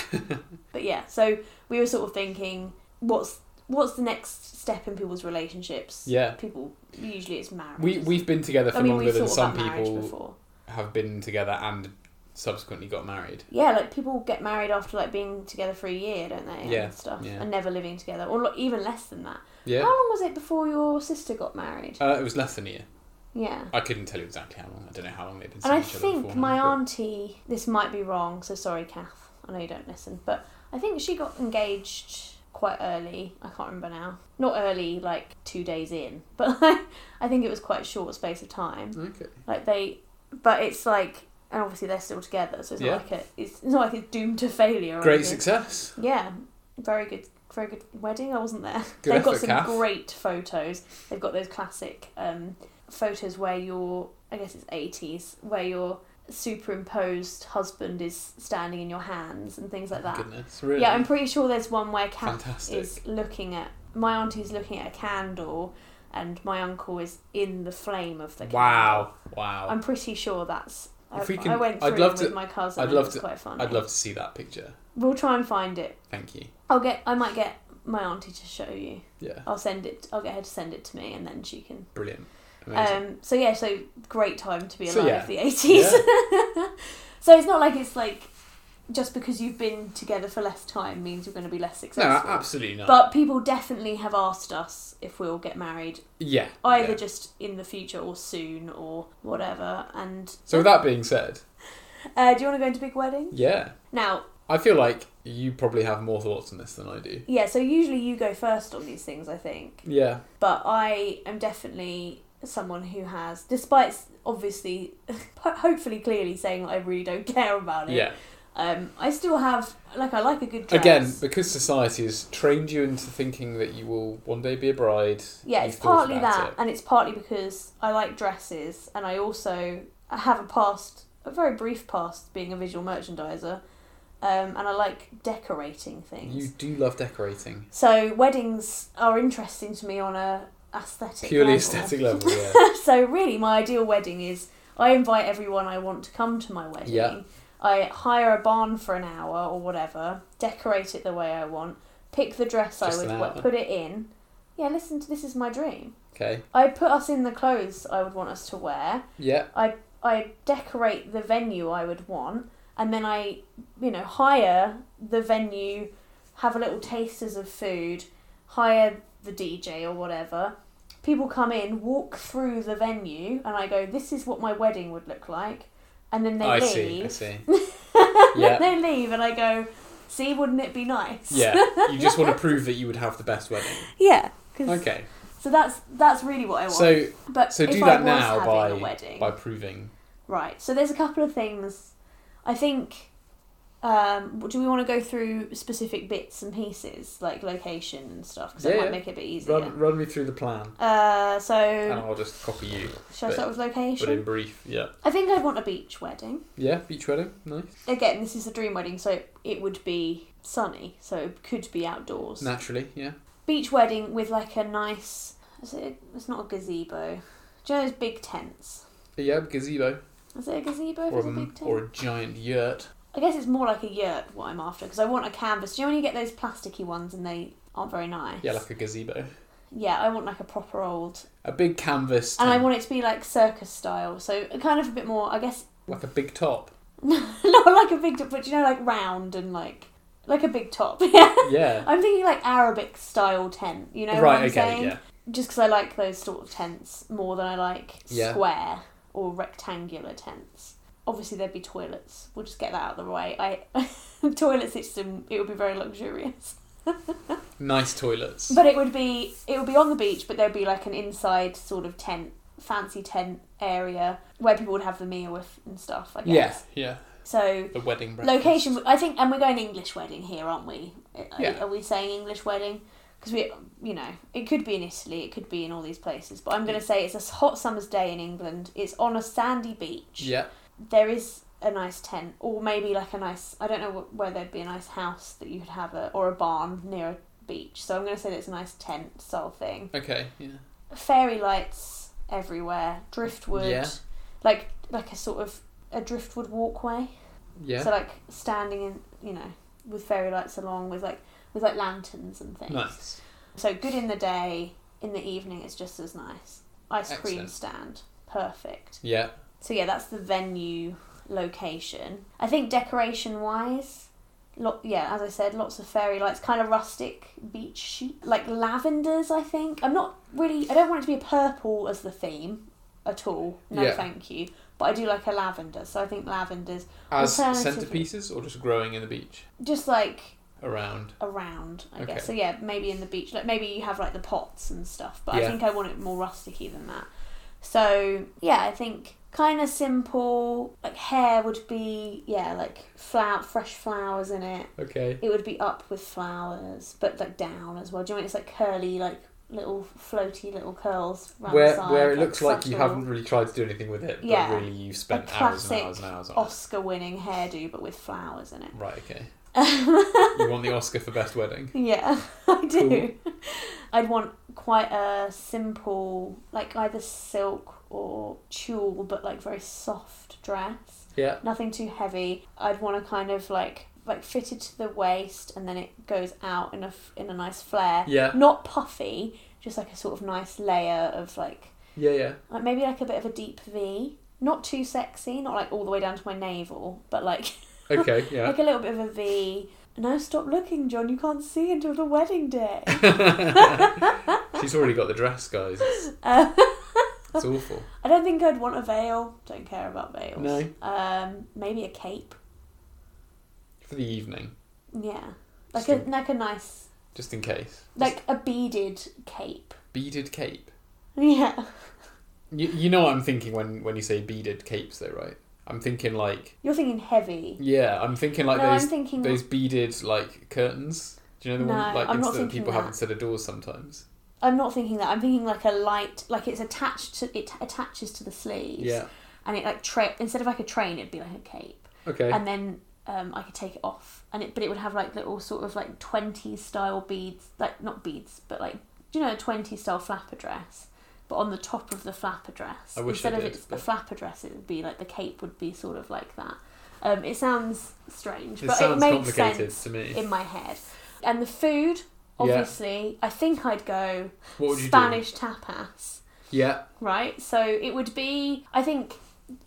Speaker 1: but yeah, so we were sort of thinking, what's what's the next step in people's relationships?
Speaker 2: yeah.
Speaker 1: People usually it's marriage.
Speaker 2: We we've been together for
Speaker 1: I mean,
Speaker 2: longer
Speaker 1: we've
Speaker 2: than
Speaker 1: thought
Speaker 2: some
Speaker 1: about marriage
Speaker 2: people
Speaker 1: before.
Speaker 2: have been together and subsequently got married.
Speaker 1: Yeah, like people get married after like being together for a year, don't they?
Speaker 2: Yeah,
Speaker 1: and stuff,
Speaker 2: yeah.
Speaker 1: and never living together, or lo- even less than that. How
Speaker 2: Yeah.
Speaker 1: long was it before your sister got married?
Speaker 2: Uh, it was less than a year.
Speaker 1: yeah.
Speaker 2: I couldn't tell you exactly how long. I don't know how long they've been.
Speaker 1: And
Speaker 2: seeing
Speaker 1: I
Speaker 2: each other
Speaker 1: think
Speaker 2: beforehand,
Speaker 1: my
Speaker 2: but-
Speaker 1: auntie, this might be wrong, so sorry, Kath. I know you don't listen, but I think she got engaged quite early. I can't remember now. Not early, like two days in, but like, I think it was quite a short space of time.
Speaker 2: Okay.
Speaker 1: Like they, but it's like, and obviously they're still together, so it's
Speaker 2: Yeah.
Speaker 1: not like a, it's, it's not like it's doomed to failure. Or
Speaker 2: Great
Speaker 1: anything.
Speaker 2: success.
Speaker 1: Yeah, very good, very good wedding. I wasn't there.
Speaker 2: Good
Speaker 1: They've got
Speaker 2: effort,
Speaker 1: some
Speaker 2: Kath.
Speaker 1: great photos. They've got those classic um, photos where your, I guess it's eighties, where your superimposed husband is standing in your hands and things like that.
Speaker 2: Goodness, Oh, really.
Speaker 1: Yeah, I'm pretty sure there's one where Kath
Speaker 2: Fantastic.
Speaker 1: is looking at my auntie's looking at a candle, and my uncle is in the flame of the candle.
Speaker 2: wow. Wow.
Speaker 1: I'm pretty sure that's. I,
Speaker 2: If we
Speaker 1: I
Speaker 2: can-
Speaker 1: went through
Speaker 2: I'd love
Speaker 1: with
Speaker 2: to-
Speaker 1: my cousin.
Speaker 2: I'd
Speaker 1: and
Speaker 2: love
Speaker 1: it was
Speaker 2: to-
Speaker 1: quite fun.
Speaker 2: I'd love to see that picture.
Speaker 1: We'll try and find it.
Speaker 2: Thank you.
Speaker 1: I'll get. I might get my auntie to show you.
Speaker 2: Yeah.
Speaker 1: I'll send it. I'll get her to send it to me, and then she can.
Speaker 2: Brilliant. Amazing.
Speaker 1: Um. So yeah. So great time to be alive.
Speaker 2: So, yeah.
Speaker 1: The eighties. so it's not like it's like just because you've been together for less time means you're going to be less
Speaker 2: no,
Speaker 1: successful.
Speaker 2: absolutely not.
Speaker 1: But people definitely have asked us if we'll get married,
Speaker 2: yeah.
Speaker 1: either
Speaker 2: yeah.
Speaker 1: just in the future or soon or whatever. And
Speaker 2: So with that being said,
Speaker 1: uh, do you want to go into big wedding
Speaker 2: yeah,
Speaker 1: now?
Speaker 2: I feel like you probably have more thoughts on this than I do.
Speaker 1: Yeah. So usually you go first on these things. I think.
Speaker 2: Yeah.
Speaker 1: but I am definitely someone who has, despite obviously, ho- hopefully, clearly saying that I really don't care about it.
Speaker 2: Yeah.
Speaker 1: Um, I still have like I like a good dress.
Speaker 2: Again, because society has trained you into thinking that you will one day be a bride.
Speaker 1: yeah,
Speaker 2: you've
Speaker 1: it's
Speaker 2: thought
Speaker 1: partly
Speaker 2: about
Speaker 1: that,
Speaker 2: it.
Speaker 1: and it's partly because I like dresses, and I also have a past, a very brief past, being a visual merchandiser, um, and I like decorating things.
Speaker 2: You do love decorating.
Speaker 1: So weddings are interesting to me on a aesthetic
Speaker 2: Purely
Speaker 1: level.
Speaker 2: aesthetic level, yeah.
Speaker 1: so really my ideal wedding is I invite everyone I want to come to my wedding.
Speaker 2: Yeah.
Speaker 1: I hire a barn for an hour or whatever, decorate it the way I want, pick the dress I
Speaker 2: Just
Speaker 1: would
Speaker 2: an
Speaker 1: want,
Speaker 2: hour.
Speaker 1: put it in. Yeah, listen to this is my dream.
Speaker 2: Okay.
Speaker 1: I put us in the clothes I would want us to wear.
Speaker 2: Yeah.
Speaker 1: I decorate the venue I would want, and then I, you know, hire the venue, have a little tasters of food, hire the DJ or whatever. People come in, walk through the venue, and I go, "This is what my wedding would look like," and then they
Speaker 2: I see. I
Speaker 1: leave.
Speaker 2: see.
Speaker 1: Then
Speaker 2: Yeah.
Speaker 1: they leave, and I go, "See, wouldn't it be nice?"
Speaker 2: Yeah. You just want to prove that you would have the best wedding.
Speaker 1: yeah. 'cause-
Speaker 2: Okay.
Speaker 1: So that's that's really what I want.
Speaker 2: So
Speaker 1: but
Speaker 2: so
Speaker 1: if
Speaker 2: do
Speaker 1: I
Speaker 2: that
Speaker 1: was
Speaker 2: now
Speaker 1: having
Speaker 2: by
Speaker 1: a wedding,
Speaker 2: by proving.
Speaker 1: Right. So there's a couple of things. I think. Um, do we want to go through specific bits and pieces like location and stuff? Because that
Speaker 2: Yeah,
Speaker 1: might
Speaker 2: yeah.
Speaker 1: make it a bit easier.
Speaker 2: Run, run me through the plan,
Speaker 1: Uh,
Speaker 2: and
Speaker 1: so
Speaker 2: I'll just copy
Speaker 1: should I
Speaker 2: you, Oh, but-
Speaker 1: start with
Speaker 2: but in
Speaker 1: location?
Speaker 2: brief. Yeah.
Speaker 1: I think I'd want a beach wedding.
Speaker 2: Yeah. Beach wedding. Nice.
Speaker 1: Again, this is a dream wedding, so it would be sunny, so it could be outdoors.
Speaker 2: Naturally. Yeah.
Speaker 1: Beach wedding with like a nice. Is it? It's not a gazebo. Do you know those big tents?
Speaker 2: Yeah. Gazebo
Speaker 1: Is it a gazebo? if
Speaker 2: or
Speaker 1: it's
Speaker 2: a,
Speaker 1: a
Speaker 2: m-
Speaker 1: big tent?
Speaker 2: or a giant yurt.
Speaker 1: I guess it's more like a yurt what I'm after because I want a canvas. Do you know when you get those plasticky ones and they aren't very nice?
Speaker 2: Yeah, like a gazebo.
Speaker 1: yeah. I want like a proper old,
Speaker 2: A big canvas.
Speaker 1: and I
Speaker 2: tent,
Speaker 1: want it to be like circus style, so kind of a bit more. I guess
Speaker 2: like a big top.
Speaker 1: not like a big, top, but you know, like round and like like a big top. Yeah,
Speaker 2: Yeah.
Speaker 1: I'm thinking like Arabic style tent. You know what
Speaker 2: right.
Speaker 1: I'm
Speaker 2: okay.
Speaker 1: saying?
Speaker 2: Yeah.
Speaker 1: Just because I like those sort of tents more than I like
Speaker 2: Yeah.
Speaker 1: square. or rectangular tents. Obviously, there'd be toilets. We'll just get that out of the way. I toilet system. It would be very luxurious,
Speaker 2: Nice toilets.
Speaker 1: but it would be it would be on the beach. But there'd be like an inside sort of tent, fancy tent area where people would have the meal with and stuff. I guess.
Speaker 2: yeah, yeah.
Speaker 1: So
Speaker 2: The wedding breakfast.
Speaker 1: location. I think, and we're going English wedding here, aren't we? Uh, Are-
Speaker 2: Yeah.
Speaker 1: Are we saying English wedding? Because we, you know, it could be in Italy, it could be in all these places. But I'm
Speaker 2: Mm.
Speaker 1: going to say it's a hot summer's day in England. It's on a sandy beach.
Speaker 2: Yeah,
Speaker 1: There is a nice tent, or maybe like a nice. I don't know wh- where there'd be a nice house that you could have, a, or a barn near a beach. So I'm going to say that it's a nice tent style thing.
Speaker 2: okay, yeah.
Speaker 1: Fairy lights everywhere, driftwood,
Speaker 2: Yeah.
Speaker 1: like like a sort of a driftwood walkway.
Speaker 2: Yeah.
Speaker 1: So like standing in, you know, with fairy lights along with like with like lanterns and things.
Speaker 2: nice.
Speaker 1: So good in the day, in the evening it's just as nice. Ice cream
Speaker 2: Excellent.
Speaker 1: stand, perfect.
Speaker 2: Yeah.
Speaker 1: So yeah, that's the venue location. I think decoration wise, lo- yeah, as I said, lots of fairy lights, kind of rustic beach sheet, like lavenders. I think I'm not really. I don't want it to be purple as the theme at all. No,
Speaker 2: Yeah.
Speaker 1: thank you. But I do like a lavender, so I think lavenders
Speaker 2: As
Speaker 1: Alternatively-
Speaker 2: centerpieces or just growing in the beach
Speaker 1: just like
Speaker 2: around?
Speaker 1: around, I
Speaker 2: Okay.
Speaker 1: guess. So yeah, maybe in the beach, like maybe you have like the pots and stuff. But I
Speaker 2: Yeah.
Speaker 1: think I want it more rusticy than that. So yeah, I think kind of simple. Like hair would be yeah, like flower, fresh flowers in it.
Speaker 2: Okay.
Speaker 1: It would be up with flowers, but like down as well. Do you know it's like curly, like little floaty little curls round
Speaker 2: Where
Speaker 1: the side,
Speaker 2: where it looks like you
Speaker 1: subtle
Speaker 2: haven't really tried to do anything with it, but
Speaker 1: Yeah.
Speaker 2: really you've spent
Speaker 1: A
Speaker 2: hours and
Speaker 1: classic
Speaker 2: hours and hours on it.
Speaker 1: Oscar-winning hairdo, but with flowers in it.
Speaker 2: Right, okay. you want the Oscar for best wedding?
Speaker 1: Yeah, I do. I'd want quite a simple, like either silk or tulle, but like very soft dress.
Speaker 2: Yeah.
Speaker 1: Nothing too heavy. I'd want a kind of like like fitted to the waist, and then it goes out in a f- in a nice flare.
Speaker 2: Yeah.
Speaker 1: Not puffy, just like a sort of nice layer of like
Speaker 2: Yeah, yeah.
Speaker 1: like maybe like a bit of a deep V. Not too sexy, not like all the way down to my navel, but like
Speaker 2: Okay, yeah.
Speaker 1: like a little bit of a V. No, stop looking, John. You can't see until the wedding day.
Speaker 2: She's already got the dress, guys. It's,
Speaker 1: Uh,
Speaker 2: it's awful.
Speaker 1: I don't think I'd want a veil. Don't care about veils.
Speaker 2: No.
Speaker 1: Um, maybe a cape.
Speaker 2: For the evening,
Speaker 1: Yeah, like a
Speaker 2: Still-
Speaker 1: like a nice
Speaker 2: just in case.
Speaker 1: like a beaded cape.
Speaker 2: Beaded cape.
Speaker 1: Yeah,
Speaker 2: You, you know what I'm thinking when, when you say beaded capes, though, right? I'm thinking like
Speaker 1: you're thinking heavy.
Speaker 2: yeah, I'm thinking like
Speaker 1: no,
Speaker 2: those
Speaker 1: I'm thinking
Speaker 2: those beaded like curtains. Do you know the
Speaker 1: No,
Speaker 2: one like
Speaker 1: I'm not
Speaker 2: instead that
Speaker 1: thinking
Speaker 2: people have
Speaker 1: that.
Speaker 2: instead of doors sometimes?
Speaker 1: I'm not thinking that. I'm thinking like a light, like it's attached to it attaches to the sleeves.
Speaker 2: Yeah.
Speaker 1: and it like tra- instead of like a train, it'd be like a cape,
Speaker 2: Okay.
Speaker 1: and then. Um, I could take it off, and it, but it would have like little sort of like twenty style beads, like not beads, but like do you know a twenty style flapper dress? But on the top of the flapper dress,
Speaker 2: I wish I
Speaker 1: instead of
Speaker 2: did,
Speaker 1: it's
Speaker 2: but-
Speaker 1: a flapper dress, it would be like the cape would be sort of like that. Um, it sounds strange,
Speaker 2: it
Speaker 1: but
Speaker 2: sounds
Speaker 1: it makes
Speaker 2: complicated
Speaker 1: sense
Speaker 2: to me.
Speaker 1: in my head. And the food, obviously, I think I'd go
Speaker 2: what would you
Speaker 1: Spanish tapas
Speaker 2: do? Yeah.
Speaker 1: right? So it would be, I think,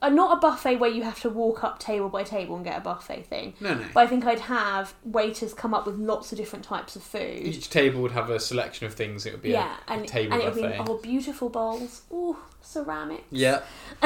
Speaker 1: uh, not a buffet where you have to walk up table by table and get a buffet thing.
Speaker 2: No, no.
Speaker 1: But I think I'd have waiters come up with lots of different types of food.
Speaker 2: Each table would have a selection of things. It would be a-
Speaker 1: yeah,
Speaker 2: a,
Speaker 1: and,
Speaker 2: table
Speaker 1: and it would be
Speaker 2: buffet.
Speaker 1: oh beautiful bowls, oh ceramics,
Speaker 2: yeah.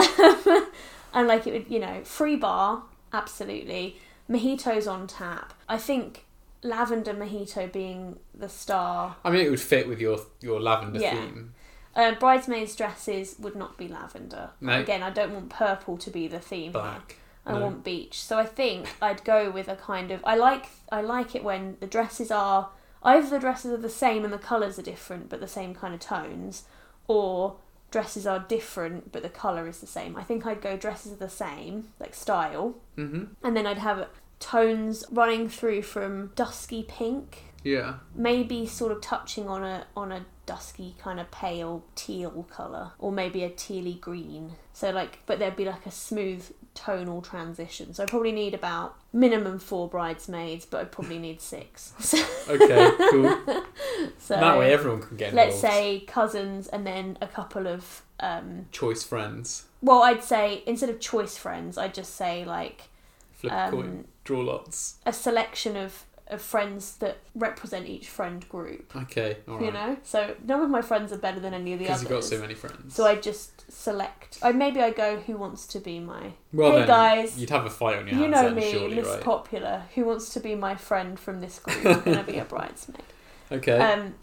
Speaker 1: and like it would you know free bar absolutely mojitos on tap. I think lavender mojito being the star.
Speaker 2: I mean, it would fit with your your lavender
Speaker 1: Yeah.
Speaker 2: theme.
Speaker 1: Uh, bridesmaids' dresses would not be lavender.
Speaker 2: No.
Speaker 1: Again, I don't want purple to be the theme. here.
Speaker 2: Black.
Speaker 1: I
Speaker 2: No.
Speaker 1: want beach. So I think I'd go with a kind of I like I like it when the dresses are either the dresses are the same and the colours are different but the same kind of tones, or dresses are different but the colour is the same. I think I'd go dresses are the same, like style,
Speaker 2: Mm-hmm.
Speaker 1: and then I'd have tones running through from dusky pink,
Speaker 2: Yeah.
Speaker 1: maybe sort of touching on a on a dusky kind of pale teal colour, or maybe a tealy green. So like, but there'd be like a smooth tonal transition. So I probably need about minimum four bridesmaids, but I probably need six. So,
Speaker 2: Okay. Cool.
Speaker 1: so
Speaker 2: that way, everyone can get involved.
Speaker 1: let's say cousins, and then a couple of um.
Speaker 2: choice friends.
Speaker 1: Well, I'd say instead of choice friends, I'd just say like
Speaker 2: Flip a coin.
Speaker 1: um,
Speaker 2: Draw lots.
Speaker 1: a selection of of friends that represent each friend group.
Speaker 2: Okay, alright.
Speaker 1: You know, so none of my friends are better than any of the
Speaker 2: Because
Speaker 1: others.
Speaker 2: you've got so many friends.
Speaker 1: So I just select. I maybe I go who wants to be my
Speaker 2: well,
Speaker 1: hey
Speaker 2: then,
Speaker 1: guys,
Speaker 2: You'd have a fight on your hands
Speaker 1: you know
Speaker 2: then,
Speaker 1: me,
Speaker 2: surely,
Speaker 1: Miss
Speaker 2: right?
Speaker 1: Popular. Who wants to be my friend from this group? I'm gonna be a bridesmaid.
Speaker 2: Okay.
Speaker 1: Um,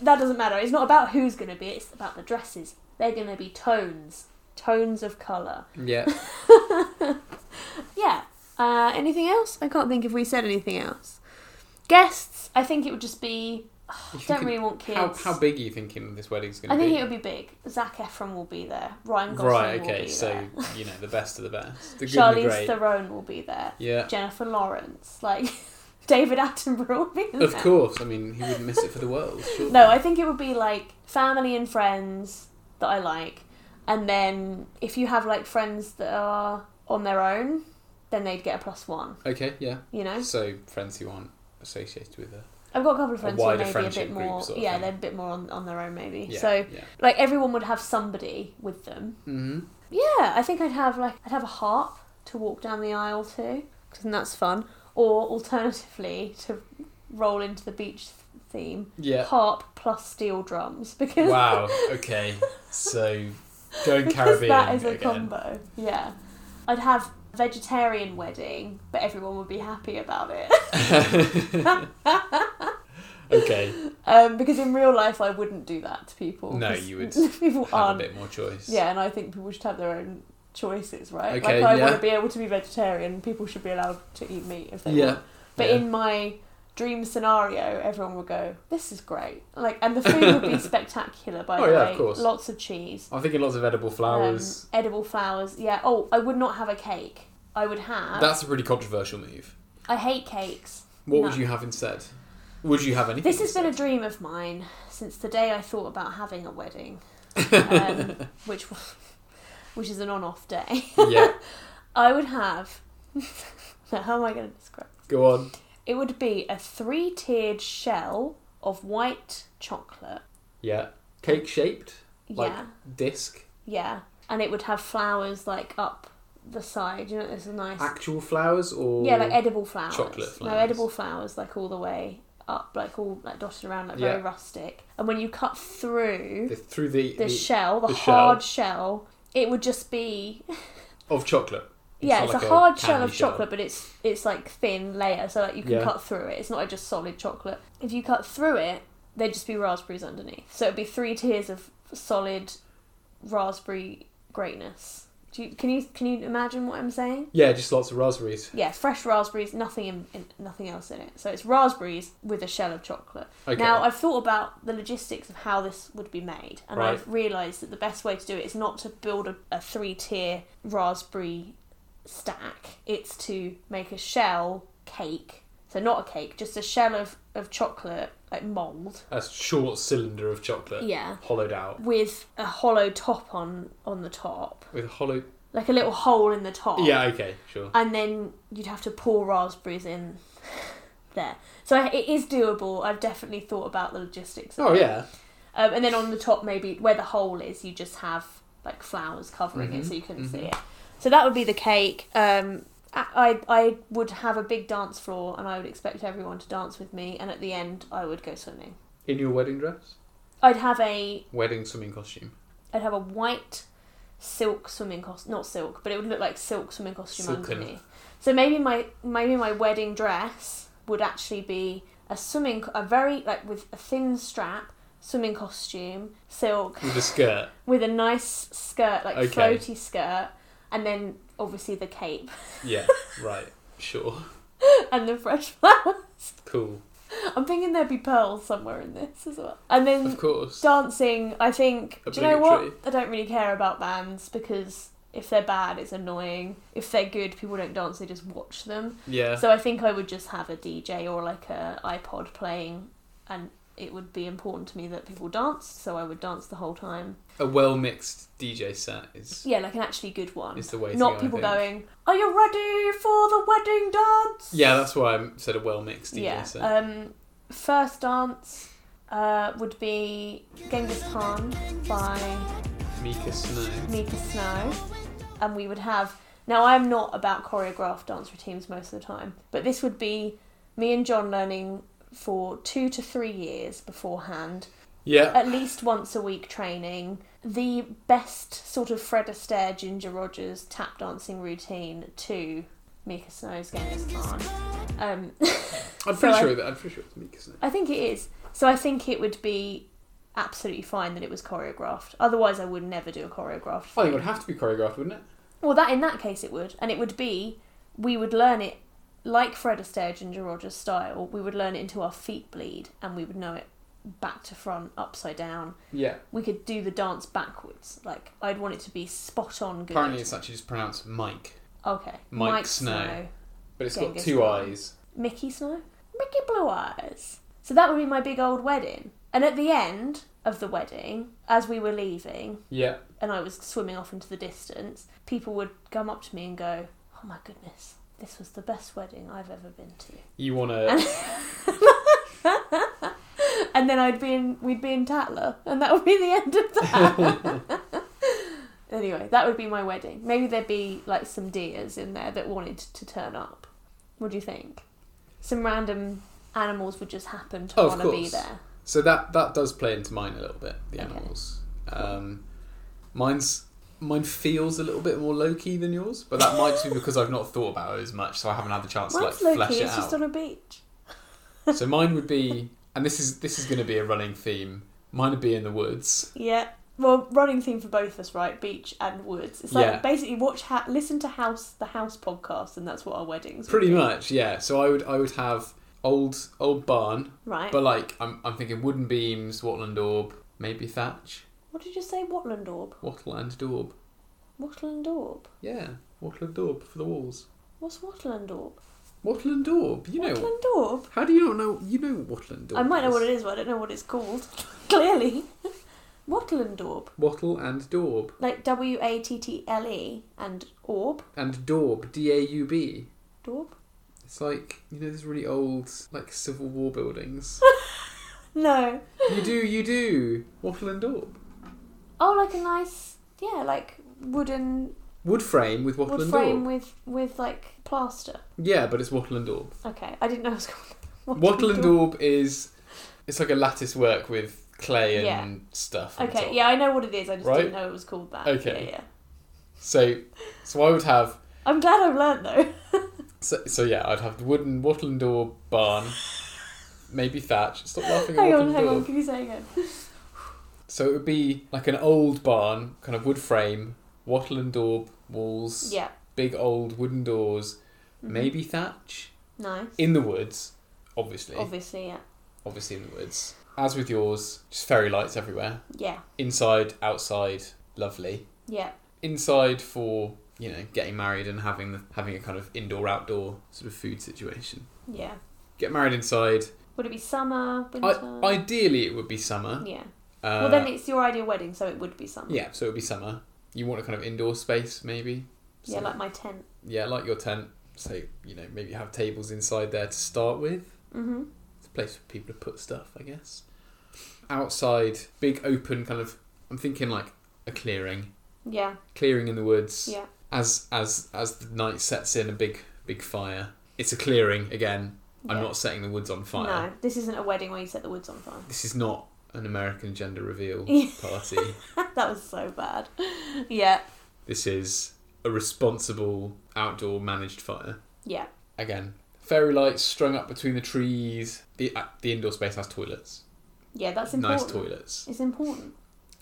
Speaker 1: that doesn't matter. It's not about who's gonna be. It's about the dresses. They're gonna be tones, tones of color.
Speaker 2: yeah.
Speaker 1: Yeah. Uh, anything else? I can't think if we said anything else. Guests. I think it would just be.
Speaker 2: You
Speaker 1: don't
Speaker 2: thinking-
Speaker 1: really want kids.
Speaker 2: How, how big are you thinking this wedding's going
Speaker 1: I
Speaker 2: to be?
Speaker 1: think it would be big. Zac Efron will be there. Ryan Gosling
Speaker 2: Right,
Speaker 1: will
Speaker 2: okay,
Speaker 1: be
Speaker 2: so,
Speaker 1: there.
Speaker 2: you know, the best of the best. The good and the
Speaker 1: Charlize
Speaker 2: great.
Speaker 1: Theron will be there.
Speaker 2: yeah.
Speaker 1: Jennifer Lawrence, like David Attenborough will be there.
Speaker 2: Of course, I mean, he wouldn't miss it for the world, surely.
Speaker 1: No, I think it would be like family and friends that I like, and then if you have like friends that are on their own, then they'd get a plus one.
Speaker 2: Okay, yeah.
Speaker 1: You know,
Speaker 2: So, friends who aren't associated with her.
Speaker 1: I've got a couple of friends who are
Speaker 2: wider
Speaker 1: maybe a
Speaker 2: friendship
Speaker 1: bit
Speaker 2: group
Speaker 1: more.
Speaker 2: sort of
Speaker 1: yeah,
Speaker 2: thing.
Speaker 1: they're a bit more on, on their own maybe.
Speaker 2: Yeah,
Speaker 1: So
Speaker 2: yeah.
Speaker 1: like everyone would have somebody with them.
Speaker 2: hmm
Speaker 1: Yeah, I think I'd have like I'd have a harp to walk down the aisle to, because that's fun. Or alternatively, to roll into the beach theme.
Speaker 2: Yeah.
Speaker 1: harp plus steel drums because
Speaker 2: Wow, okay. So, going
Speaker 1: because
Speaker 2: Caribbean.
Speaker 1: that is a
Speaker 2: again.
Speaker 1: combo. Yeah, I'd have a vegetarian wedding, but everyone would be happy about it.
Speaker 2: okay,
Speaker 1: um, because in real life, I wouldn't do that to people.
Speaker 2: No,
Speaker 1: 'cause
Speaker 2: you would
Speaker 1: people
Speaker 2: have a
Speaker 1: aren't.
Speaker 2: bit more choice.
Speaker 1: Yeah, and I think people should have their own choices, right?
Speaker 2: Okay,
Speaker 1: like I
Speaker 2: yeah.
Speaker 1: want to be able to be vegetarian. People should be allowed to eat meat if they
Speaker 2: Yeah.
Speaker 1: want. But
Speaker 2: yeah.
Speaker 1: in my dream scenario, everyone would go, "This is great!" Like, and the food would be spectacular. By
Speaker 2: Oh,
Speaker 1: the
Speaker 2: yeah,
Speaker 1: way,
Speaker 2: of course.
Speaker 1: lots of cheese.
Speaker 2: I'm thinking lots of edible flowers.
Speaker 1: Um, edible flowers. Yeah. Oh, I would not have a cake. Um, I would have.
Speaker 2: That's a pretty controversial move.
Speaker 1: I hate cakes.
Speaker 2: What would
Speaker 1: No.
Speaker 2: you have instead? Would you have anything?
Speaker 1: This has been a
Speaker 2: instead?
Speaker 1: dream of mine since the day I thought about having a wedding, um, which was, which is an on-off day.
Speaker 2: yeah,
Speaker 1: I would have. now, how am I going to describe?
Speaker 2: go on.
Speaker 1: It would be a three-tiered shell of white chocolate.
Speaker 2: Yeah, cake shaped like
Speaker 1: yeah.
Speaker 2: disc,
Speaker 1: Yeah. And it would have flowers like up the side. You know, there's a nice.
Speaker 2: actual flowers or
Speaker 1: Yeah, like edible flowers.
Speaker 2: chocolate
Speaker 1: No,
Speaker 2: flowers.
Speaker 1: edible flowers, like all the way up, like all like dotted around, like very
Speaker 2: Yeah.
Speaker 1: rustic. And when you cut through
Speaker 2: the, through the,
Speaker 1: the,
Speaker 2: the-
Speaker 1: shell, the,
Speaker 2: the shell.
Speaker 1: hard shell, it would just be
Speaker 2: of chocolate.
Speaker 1: yeah,
Speaker 2: not
Speaker 1: it's
Speaker 2: like
Speaker 1: a hard shell
Speaker 2: candy
Speaker 1: of chocolate, but it's it's like thin layer, so like you can
Speaker 2: Yeah.
Speaker 1: cut through it. It's not just solid chocolate. If you cut through it, there'd just be raspberries underneath. So it'd be three tiers of solid raspberry greatness. Do you, can you can you imagine what I'm saying?
Speaker 2: Yeah, just lots of raspberries.
Speaker 1: yeah, fresh raspberries, nothing in, in nothing else in it. So it's raspberries with a shell of chocolate.
Speaker 2: Okay.
Speaker 1: Now I've thought about the logistics of how this would be made, and
Speaker 2: Right.
Speaker 1: I've realised that the best way to do it is not to build a, a three-tier raspberry stack. It's to make a shell cake. So not a cake, just a shell of, of chocolate like mold
Speaker 2: a short cylinder of chocolate.
Speaker 1: Yeah.
Speaker 2: Hollowed out
Speaker 1: with a hollow top on on the top,
Speaker 2: with a hollow.
Speaker 1: like a little hole in the top.
Speaker 2: Yeah. Okay. Sure.
Speaker 1: and then you'd have to pour raspberries in there. So I- it is doable. I've definitely thought about the logistics. Of
Speaker 2: Oh
Speaker 1: it.
Speaker 2: yeah.
Speaker 1: Um, and then on the top, maybe where the hole is, you just have like flowers covering it, so you couldn't see it. So that would be the cake. Um, I I I would have a big dance floor, and I would expect everyone to dance with me. And at the end, I would go swimming.
Speaker 2: In your wedding dress,
Speaker 1: I'd have a
Speaker 2: wedding swimming costume,
Speaker 1: I'd have a white silk swimming costume, not silk, but it would look like silk swimming costume
Speaker 2: Silken.
Speaker 1: underneath. So maybe my maybe my wedding dress would actually be a swimming, co- a very like with a thin strap swimming costume, silk
Speaker 2: with a skirt.
Speaker 1: with a nice skirt, like
Speaker 2: Okay.
Speaker 1: floaty skirt, and then obviously the cape
Speaker 2: Yeah. right. Sure.
Speaker 1: and the fresh flower.
Speaker 2: Cool.
Speaker 1: I'm thinking there'd be pearls somewhere in this as well, and then
Speaker 2: Of course.
Speaker 1: dancing i think do you know what
Speaker 2: Obligatory.
Speaker 1: i don't really care about bands because if they're bad it's annoying if they're good people don't dance they just watch them
Speaker 2: Yeah.
Speaker 1: so i think i would just have a dj or like a ipod playing and it would be important to me that people dance so i would dance the whole time
Speaker 2: a well mixed DJ set is
Speaker 1: yeah like an actually good one
Speaker 2: is the way.
Speaker 1: not
Speaker 2: to go,
Speaker 1: people
Speaker 2: I think.
Speaker 1: going are you ready for the wedding dance
Speaker 2: Yeah, that's why I said a well mixed DJ
Speaker 1: yeah
Speaker 2: set.
Speaker 1: um first dance uh, would be genghis khan by
Speaker 2: Mika Snow.
Speaker 1: Mika Snow, and we would have. Now, I'm not about choreographed dance routines most of the time, but this would be me and John learning for two to three years beforehand,
Speaker 2: Yeah.
Speaker 1: at least once a week training, the best sort of Fred Astaire, Ginger Rogers tap dancing routine to Mika Snow's Genghis Khan. Um,
Speaker 2: I'm
Speaker 1: so
Speaker 2: pretty
Speaker 1: I-
Speaker 2: sure that I'm pretty sure it's Mika's name.
Speaker 1: I think it is. So I think it would be absolutely fine that it was choreographed. Otherwise, I would never do a choreographed.
Speaker 2: I think it
Speaker 1: thing.
Speaker 2: would have to be choreographed, wouldn't it?
Speaker 1: Well, that in that case it would, and it would be we would learn it like Fred Astaire, Ginger Rogers style. We would learn it until our feet bleed, and we would know it back to front, upside down.
Speaker 2: Yeah.
Speaker 1: We could do the dance backwards. Like I'd want it to be spot on good.
Speaker 2: Apparently, it's actually just pronounced Mike,
Speaker 1: okay.
Speaker 2: Mike Snow. but it's got
Speaker 1: Genghis
Speaker 2: two
Speaker 1: Khan.
Speaker 2: eyes.
Speaker 1: Mickey Snow? Mickey Blue Eyes. So that would be my big old wedding. And at the end of the wedding, as we were leaving
Speaker 2: Yeah.
Speaker 1: and I was swimming off into the distance, people would come up to me and go, Oh my goodness, this was the best wedding I've ever been to.
Speaker 2: You want to?
Speaker 1: And then I'd be in we'd be in Tatler and that would be the end of that. anyway, that would be my wedding. Maybe there'd be like some deers in there that wanted to turn up. What do you think? Some random animals would just happen to
Speaker 2: Oh, of
Speaker 1: want to be
Speaker 2: course.
Speaker 1: there.
Speaker 2: So that that does play into mine a little bit. The
Speaker 1: Okay.
Speaker 2: animals. Um, mine's mine feels a little bit more low key than yours, but that might be because I've not thought about it as much, so I haven't had the chance
Speaker 1: Mine's
Speaker 2: to like
Speaker 1: low
Speaker 2: flesh
Speaker 1: key,
Speaker 2: it
Speaker 1: it's
Speaker 2: out.
Speaker 1: just on a beach.
Speaker 2: so mine would be, and this is this is going to be a running theme. Mine would be in the woods.
Speaker 1: Yeah. Well, running theme for both of us, right? Beach and woods. It's like
Speaker 2: Yeah.
Speaker 1: basically watch, ha- listen to house the house podcast, and that's what our weddings. would
Speaker 2: Pretty
Speaker 1: be.
Speaker 2: much, yeah. So I would I would have old old barn,
Speaker 1: right?
Speaker 2: but like I'm I'm thinking wooden beams, watland orb, maybe thatch,
Speaker 1: what did you say? Watland Orb.
Speaker 2: wattle and daub.
Speaker 1: Watland Orb.
Speaker 2: Yeah, wattle and daub for the walls.
Speaker 1: What's Watland Orb?
Speaker 2: Wattle and daub. You know.
Speaker 1: Watland Orb.
Speaker 2: How do you not know? You know wattle and daub.
Speaker 1: I might know
Speaker 2: is.
Speaker 1: what it is, but I don't know what it's called. Clearly, Watland Orb.
Speaker 2: Wattle and daub
Speaker 1: Like W A T T L E and Orb.
Speaker 2: and daub. D A U B.
Speaker 1: Dorb.
Speaker 2: It's like you know these really old like Civil War buildings.
Speaker 1: No.
Speaker 2: you do, you do. Wattle and daub.
Speaker 1: Oh, like a nice, yeah, like wooden
Speaker 2: Wood frame with wattle
Speaker 1: wood
Speaker 2: and
Speaker 1: frame
Speaker 2: daub.
Speaker 1: with with like plaster.
Speaker 2: Yeah, but it's wattle and daub.
Speaker 1: Okay, I didn't know it was called
Speaker 2: Wattle and daub is it's like a lattice work with clay and
Speaker 1: Yeah.
Speaker 2: stuff. on
Speaker 1: Okay,
Speaker 2: top.
Speaker 1: yeah, I know what it is. I just
Speaker 2: Right?
Speaker 1: didn't know it was called that.
Speaker 2: Okay.
Speaker 1: Yeah, yeah.
Speaker 2: So, so I would have.
Speaker 1: I'm glad I've learnt though.
Speaker 2: So, so yeah, I'd have the wooden wattle and daub barn. Maybe thatch. Stop laughing at
Speaker 1: hang
Speaker 2: wattle
Speaker 1: on,
Speaker 2: and
Speaker 1: hang
Speaker 2: daub.
Speaker 1: on. Can you say again?
Speaker 2: So it would be like an old barn, kind of wood frame, wattle and daub walls,
Speaker 1: Yeah.
Speaker 2: big old wooden doors,
Speaker 1: Mhm.
Speaker 2: maybe thatch.
Speaker 1: Nice.
Speaker 2: In the woods, obviously.
Speaker 1: Obviously, yeah.
Speaker 2: obviously in the woods. As with yours, just fairy lights everywhere.
Speaker 1: Yeah.
Speaker 2: Inside, outside, lovely.
Speaker 1: Yeah.
Speaker 2: Inside for, you know, getting married and having the, having a kind of indoor outdoor sort of food situation.
Speaker 1: Yeah.
Speaker 2: Get married inside.
Speaker 1: Would it be summer,
Speaker 2: I,
Speaker 1: winter?
Speaker 2: ideally it would be summer.
Speaker 1: Yeah.
Speaker 2: Uh,
Speaker 1: Well, then it's your ideal wedding, so it would be summer.
Speaker 2: yeah, so it would be summer. You want a kind of indoor space maybe?
Speaker 1: Yeah, like my tent.
Speaker 2: yeah, like your tent. So you know, maybe have tables inside there to start with.
Speaker 1: Mm-hmm.
Speaker 2: It's a place for people to put stuff, I guess. Outside, big open kind of. I'm thinking like a clearing,
Speaker 1: Yeah.
Speaker 2: clearing in the woods.
Speaker 1: Yeah.
Speaker 2: As as as the night sets in, a big big fire. It's a clearing again. I'm
Speaker 1: Yeah.
Speaker 2: not setting the woods on fire.
Speaker 1: No, this isn't a wedding where you set the woods on fire.
Speaker 2: This is not an American gender reveal
Speaker 1: Yeah.
Speaker 2: party.
Speaker 1: that was so bad. yeah.
Speaker 2: This is a responsible outdoor managed fire.
Speaker 1: Yeah.
Speaker 2: again fairy lights strung up between the trees the uh, the indoor space has toilets
Speaker 1: Yeah. That's important.
Speaker 2: nice toilets
Speaker 1: It's important.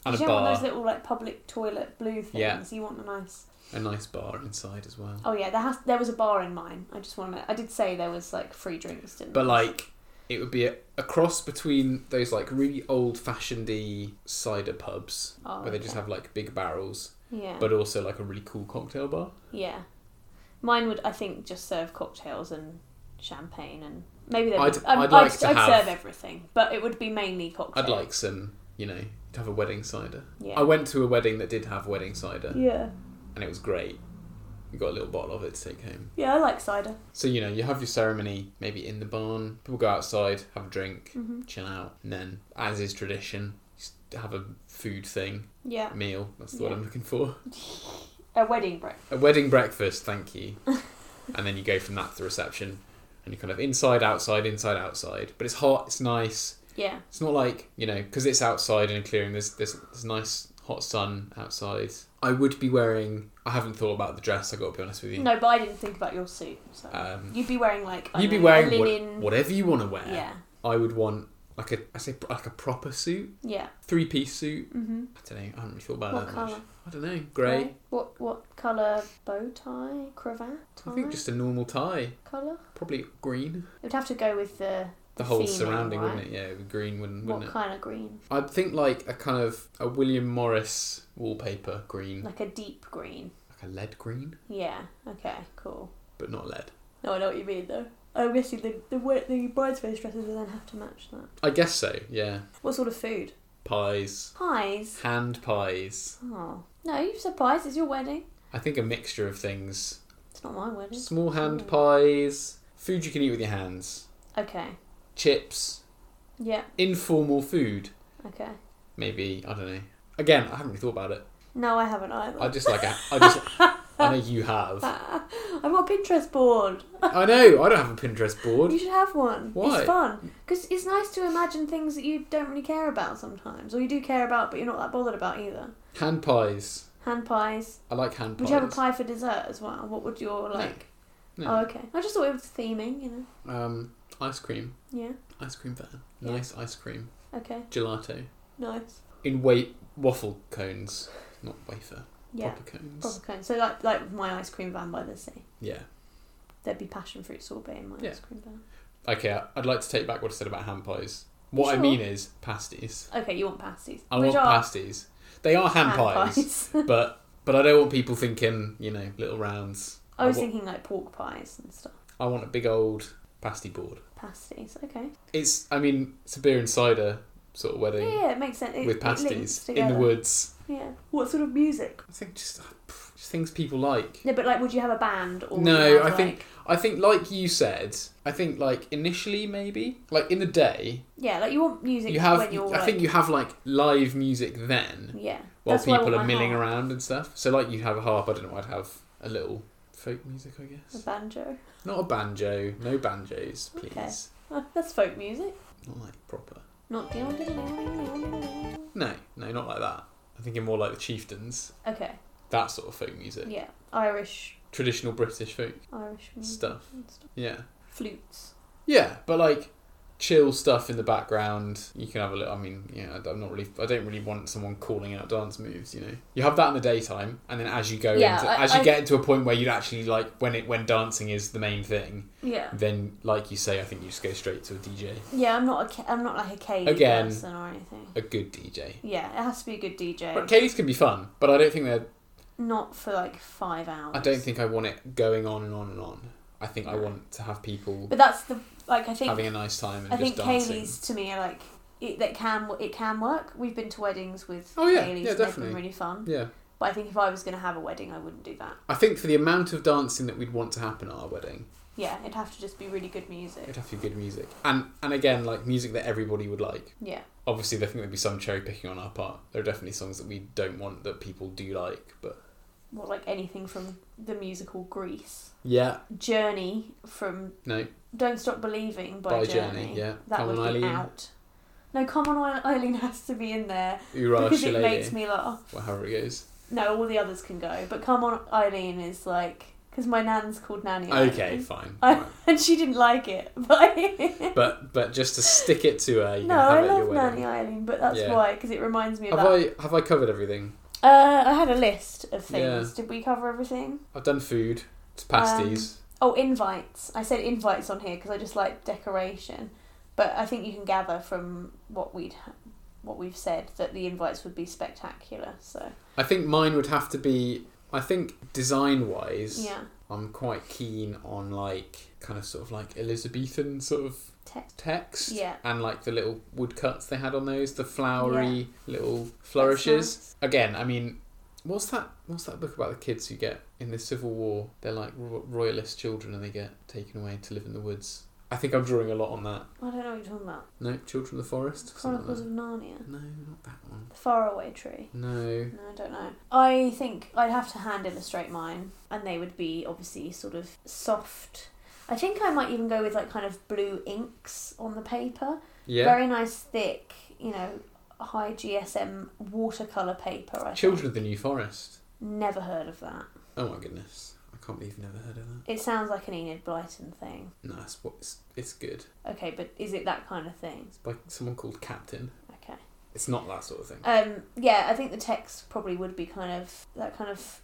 Speaker 2: and a
Speaker 1: you don't want
Speaker 2: bar
Speaker 1: those little like public toilet blue things.
Speaker 2: Yeah.
Speaker 1: You want a nice.
Speaker 2: a nice bar inside as well
Speaker 1: Oh yeah, there has there was a bar in mine. I just want to. I did say there was like free drinks, didn't
Speaker 2: but
Speaker 1: there?
Speaker 2: like it would be a, a cross between those like really old fashioned y cider pubs
Speaker 1: oh,
Speaker 2: where they just
Speaker 1: okay.
Speaker 2: have like big barrels
Speaker 1: yeah
Speaker 2: but also like a really cool cocktail bar
Speaker 1: yeah. Mine would I think just serve cocktails and champagne and maybe they
Speaker 2: I'd-
Speaker 1: would. um,
Speaker 2: I'd like
Speaker 1: I'd,
Speaker 2: to
Speaker 1: I'd
Speaker 2: have-
Speaker 1: serve everything, but it would be mainly cocktails.
Speaker 2: i'd like some you know to have a wedding cider
Speaker 1: Yeah.
Speaker 2: i went to a wedding that did have wedding cider
Speaker 1: yeah.
Speaker 2: and it was great we got a little bottle of it to take home
Speaker 1: Yeah, I like cider.
Speaker 2: So you know, you have your ceremony maybe in the barn. People go outside, have a drink,
Speaker 1: Mhm.
Speaker 2: chill out, and then, as is tradition, just have a food thing,
Speaker 1: Yeah.
Speaker 2: meal. That's the word
Speaker 1: Yeah.
Speaker 2: I'm looking for.
Speaker 1: A wedding break.
Speaker 2: A wedding breakfast, thank you. and then you go from that to the reception, and and you're kind of inside, outside, inside, outside. But it's hot, it's nice.
Speaker 1: Yeah.
Speaker 2: It's not like you know because it's outside in a clearing. There's there's there's nice hot sun outside. I would be wearing. I haven't thought about the dress. I got to be honest with you.
Speaker 1: No, but I didn't think about your suit. So
Speaker 2: Um,
Speaker 1: you'd be wearing like I
Speaker 2: you'd be
Speaker 1: don't know, a
Speaker 2: wearing what-
Speaker 1: linen.
Speaker 2: whatever you want to wear.
Speaker 1: yeah.
Speaker 2: I would want like a I say pr- like a proper suit,
Speaker 1: Yeah.
Speaker 2: three piece suit.
Speaker 1: Mm-hmm.
Speaker 2: I don't know. I haven't really thought about
Speaker 1: What
Speaker 2: that much.
Speaker 1: colour?
Speaker 2: I don't know. Um, Grey.
Speaker 1: What what colour bow tie cravat?
Speaker 2: I think
Speaker 1: tie?
Speaker 2: just a normal tie.
Speaker 1: colour.
Speaker 2: Probably green.
Speaker 1: It would have to go with the
Speaker 2: The whole
Speaker 1: female,
Speaker 2: surrounding,
Speaker 1: right?
Speaker 2: wouldn't it? Yeah, it would be green, wouldn't,
Speaker 1: What
Speaker 2: wouldn't it?
Speaker 1: kind of green?
Speaker 2: I'd think like a kind of a William Morris wallpaper green,
Speaker 1: Like a deep green.
Speaker 2: like a lead green,
Speaker 1: Yeah. Okay. Cool.
Speaker 2: but not lead.
Speaker 1: No, I know what you mean though. I'm guessing the the, wa- the bridesmaids dresses will then have to match that.
Speaker 2: I guess so. Yeah,
Speaker 1: What sort of food?
Speaker 2: pies,
Speaker 1: Pies.
Speaker 2: hand pies.
Speaker 1: Oh no, you've said pies. It's your wedding.
Speaker 2: I think a mixture of things:
Speaker 1: It's not my wedding.
Speaker 2: small hand
Speaker 1: Mm.
Speaker 2: pies, food you can eat with your hands,
Speaker 1: Okay.
Speaker 2: chips,
Speaker 1: Yeah.
Speaker 2: informal food.
Speaker 1: Okay.
Speaker 2: Maybe I don't know. Again, I haven't really thought about it.
Speaker 1: No, I haven't either.
Speaker 2: I just like a, I just I know you have.
Speaker 1: I'm on Pinterest board.
Speaker 2: I know I don't have a Pinterest board.
Speaker 1: You should have one.
Speaker 2: Why?
Speaker 1: It's fun because it's nice to imagine things that you don't really care about sometimes, or you do care about but you're not that bothered about either.
Speaker 2: Hand pies.
Speaker 1: Hand pies.
Speaker 2: I like hand
Speaker 1: Would
Speaker 2: pies.
Speaker 1: you have a pie for dessert as well? What would your
Speaker 2: No.
Speaker 1: like?
Speaker 2: No.
Speaker 1: Oh, okay. I just thought it was theming. You know.
Speaker 2: Um, ice cream.
Speaker 1: Yeah.
Speaker 2: Ice cream van.
Speaker 1: Oh. Yeah.
Speaker 2: Nice ice cream.
Speaker 1: Okay.
Speaker 2: Gelato.
Speaker 1: Nice.
Speaker 2: In wa- waffle cones, not wafer.
Speaker 1: Yeah.
Speaker 2: Proper cones.
Speaker 1: Proper cone. So like like my ice cream van by the sea.
Speaker 2: Yeah.
Speaker 1: There'd be passion fruit sorbet in my
Speaker 2: Yeah.
Speaker 1: ice cream van.
Speaker 2: Okay, I- I'd like to take back what I said about hand pies. What I
Speaker 1: sure?
Speaker 2: mean is pasties.
Speaker 1: Okay, you want pasties.
Speaker 2: I
Speaker 1: Which
Speaker 2: want
Speaker 1: are
Speaker 2: pasties. They are hand, pies, but but I don't want people thinking, you know, little rounds.
Speaker 1: I was
Speaker 2: wa-
Speaker 1: thinking like pork pies and stuff.
Speaker 2: I want a big old pasty board.
Speaker 1: Pasties. Okay.
Speaker 2: It's, I mean, it's a beer and cider sort of
Speaker 1: Yeah,
Speaker 2: wedding
Speaker 1: yeah, it makes sense. It,
Speaker 2: with
Speaker 1: it links
Speaker 2: pasties in the
Speaker 1: together.
Speaker 2: woods.
Speaker 1: Yeah. What sort of music?
Speaker 2: I think just, pff, just things people like.
Speaker 1: No, but like, would you have a band? Or would
Speaker 2: No,
Speaker 1: you have,
Speaker 2: I think-
Speaker 1: like-
Speaker 2: I think, like you said, I think like initially maybe like in the day
Speaker 1: yeah, like you want music
Speaker 2: you have.
Speaker 1: when you're.
Speaker 2: I think you have like live music then
Speaker 1: Yeah.
Speaker 2: while
Speaker 1: That's why I
Speaker 2: people
Speaker 1: want my
Speaker 2: are milling
Speaker 1: harp.
Speaker 2: around and stuff. So like you'd have a harp. I don't know. I'd have a little folk music, I
Speaker 1: A
Speaker 2: guess.
Speaker 1: banjo.
Speaker 2: Not a banjo. No banjos, please.
Speaker 1: Okay. That's folk music.
Speaker 2: Not like proper.
Speaker 1: Not.
Speaker 2: No, no, not like that. I'm thinking more like the chieftains.
Speaker 1: Okay.
Speaker 2: That sort of folk music,
Speaker 1: Yeah. Irish.
Speaker 2: traditional British folk
Speaker 1: Irish music.
Speaker 2: stuff.
Speaker 1: and stuff.
Speaker 2: Yeah.
Speaker 1: Flutes.
Speaker 2: Yeah, but like chill stuff in the background. You can have a little. I mean, yeah, I- I'm not really. I don't really want someone calling out dance moves. You know, you have that in the daytime, and then as you go
Speaker 1: Yeah,
Speaker 2: into,
Speaker 1: I-
Speaker 2: as you
Speaker 1: I-
Speaker 2: get to a point where you'd actually like when it when dancing is the main thing,
Speaker 1: Yeah.
Speaker 2: then like you say, I think you just go straight to a DJ,
Speaker 1: Yeah, I'm not. A, ca- I'm not like a Kaylee
Speaker 2: Again.
Speaker 1: person or anything.
Speaker 2: a good DJ.
Speaker 1: Yeah, it has to be a good DJ.
Speaker 2: But Katie's can be fun, but I don't think they're.
Speaker 1: Not for like five hours.
Speaker 2: I don't think I want it going on and on and on. I think I
Speaker 1: No.
Speaker 2: want to have people
Speaker 1: But that's the like. I think
Speaker 2: having a nice time and
Speaker 1: I
Speaker 2: just
Speaker 1: think
Speaker 2: dancing.
Speaker 1: Kaylee's to me are like it, that can it can work. We've been to weddings with
Speaker 2: Oh, yeah.
Speaker 1: Kaylee's
Speaker 2: Yeah,
Speaker 1: and they've
Speaker 2: definitely.
Speaker 1: been really fun.
Speaker 2: Yeah,
Speaker 1: But I think if I was going to have a wedding, I wouldn't do that.
Speaker 2: I think for the amount of dancing that we'd want to happen at our wedding.
Speaker 1: Yeah, it'd have to just be really good music.
Speaker 2: It'd have to be good music, and and again, like music that everybody would like.
Speaker 1: Yeah,
Speaker 2: Obviously, there think there'd be some cherry picking on our part. There are definitely songs that we don't want that people do like, but
Speaker 1: more like anything from the musical Grease,
Speaker 2: yeah,
Speaker 1: Journey from
Speaker 2: no,
Speaker 1: Don't Stop Believing by,
Speaker 2: By Journey, yeah.
Speaker 1: that
Speaker 2: Come
Speaker 1: would
Speaker 2: on,
Speaker 1: be
Speaker 2: Eileen.
Speaker 1: out. No, Common Eil- Eileen has to be in there
Speaker 2: Ura
Speaker 1: because it
Speaker 2: Shillelagh,
Speaker 1: makes me laugh.
Speaker 2: well, however it goes.
Speaker 1: No, all the others can go, but Come on, Eileen is like because my nan's called Nanny.
Speaker 2: Okay,
Speaker 1: Eileen.
Speaker 2: fine,
Speaker 1: I-
Speaker 2: alright.
Speaker 1: and she didn't like it, but.
Speaker 2: but but just to stick it to her, you
Speaker 1: No,
Speaker 2: can have
Speaker 1: I
Speaker 2: it at your
Speaker 1: love Nanny
Speaker 2: wedding.
Speaker 1: Eileen, but that's
Speaker 2: Yeah.
Speaker 1: why because it reminds me of
Speaker 2: Have
Speaker 1: that.
Speaker 2: I have I covered everything?
Speaker 1: I... Uh, I had a list of things.
Speaker 2: Yeah.
Speaker 1: Did we cover everything?
Speaker 2: I've done food, it's pasties.
Speaker 1: Oh, invites. I said invites on here because I just like decoration, but I think you can gather from what we'd what we've said that the invites would be spectacular. So
Speaker 2: I think mine would have to be. I think design wise,
Speaker 1: yeah,
Speaker 2: I'm quite keen on like kind of sort of like Elizabethan sort of
Speaker 1: text.
Speaker 2: text
Speaker 1: Yeah.
Speaker 2: and like the little woodcuts they had on those the flowery little flourishes again i mean what's that what's that book about the kids who get in the civil war they're like ro- royalist children and they get taken away to live in the woods i think i'm drawing a lot on that
Speaker 1: I don't know what you're talking about.
Speaker 2: no children of the forest Something
Speaker 1: Chronicles of
Speaker 2: like
Speaker 1: Narnia,
Speaker 2: that. no not that one
Speaker 1: the Faraway Tree.
Speaker 2: no
Speaker 1: No, I don't know. I think I'd have to hand illustrate mine, and they would be obviously sort of soft. I think I might even go with like kind of blue inks on the paper.
Speaker 2: Yeah.
Speaker 1: Very nice, thick, you know, high GSM watercolor paper. I
Speaker 2: Children
Speaker 1: think.
Speaker 2: of the New Forest.
Speaker 1: Never heard of that.
Speaker 2: Oh my goodness. I can't believe you've never heard of that.
Speaker 1: It sounds like an Enid Blyton thing.
Speaker 2: No, it's, what- it's, it's good.
Speaker 1: Okay, but is it that kind of thing?
Speaker 2: It's by someone called Captain.
Speaker 1: Okay.
Speaker 2: It's not that sort of thing.
Speaker 1: Um, yeah, I think the text probably would be kind of that kind of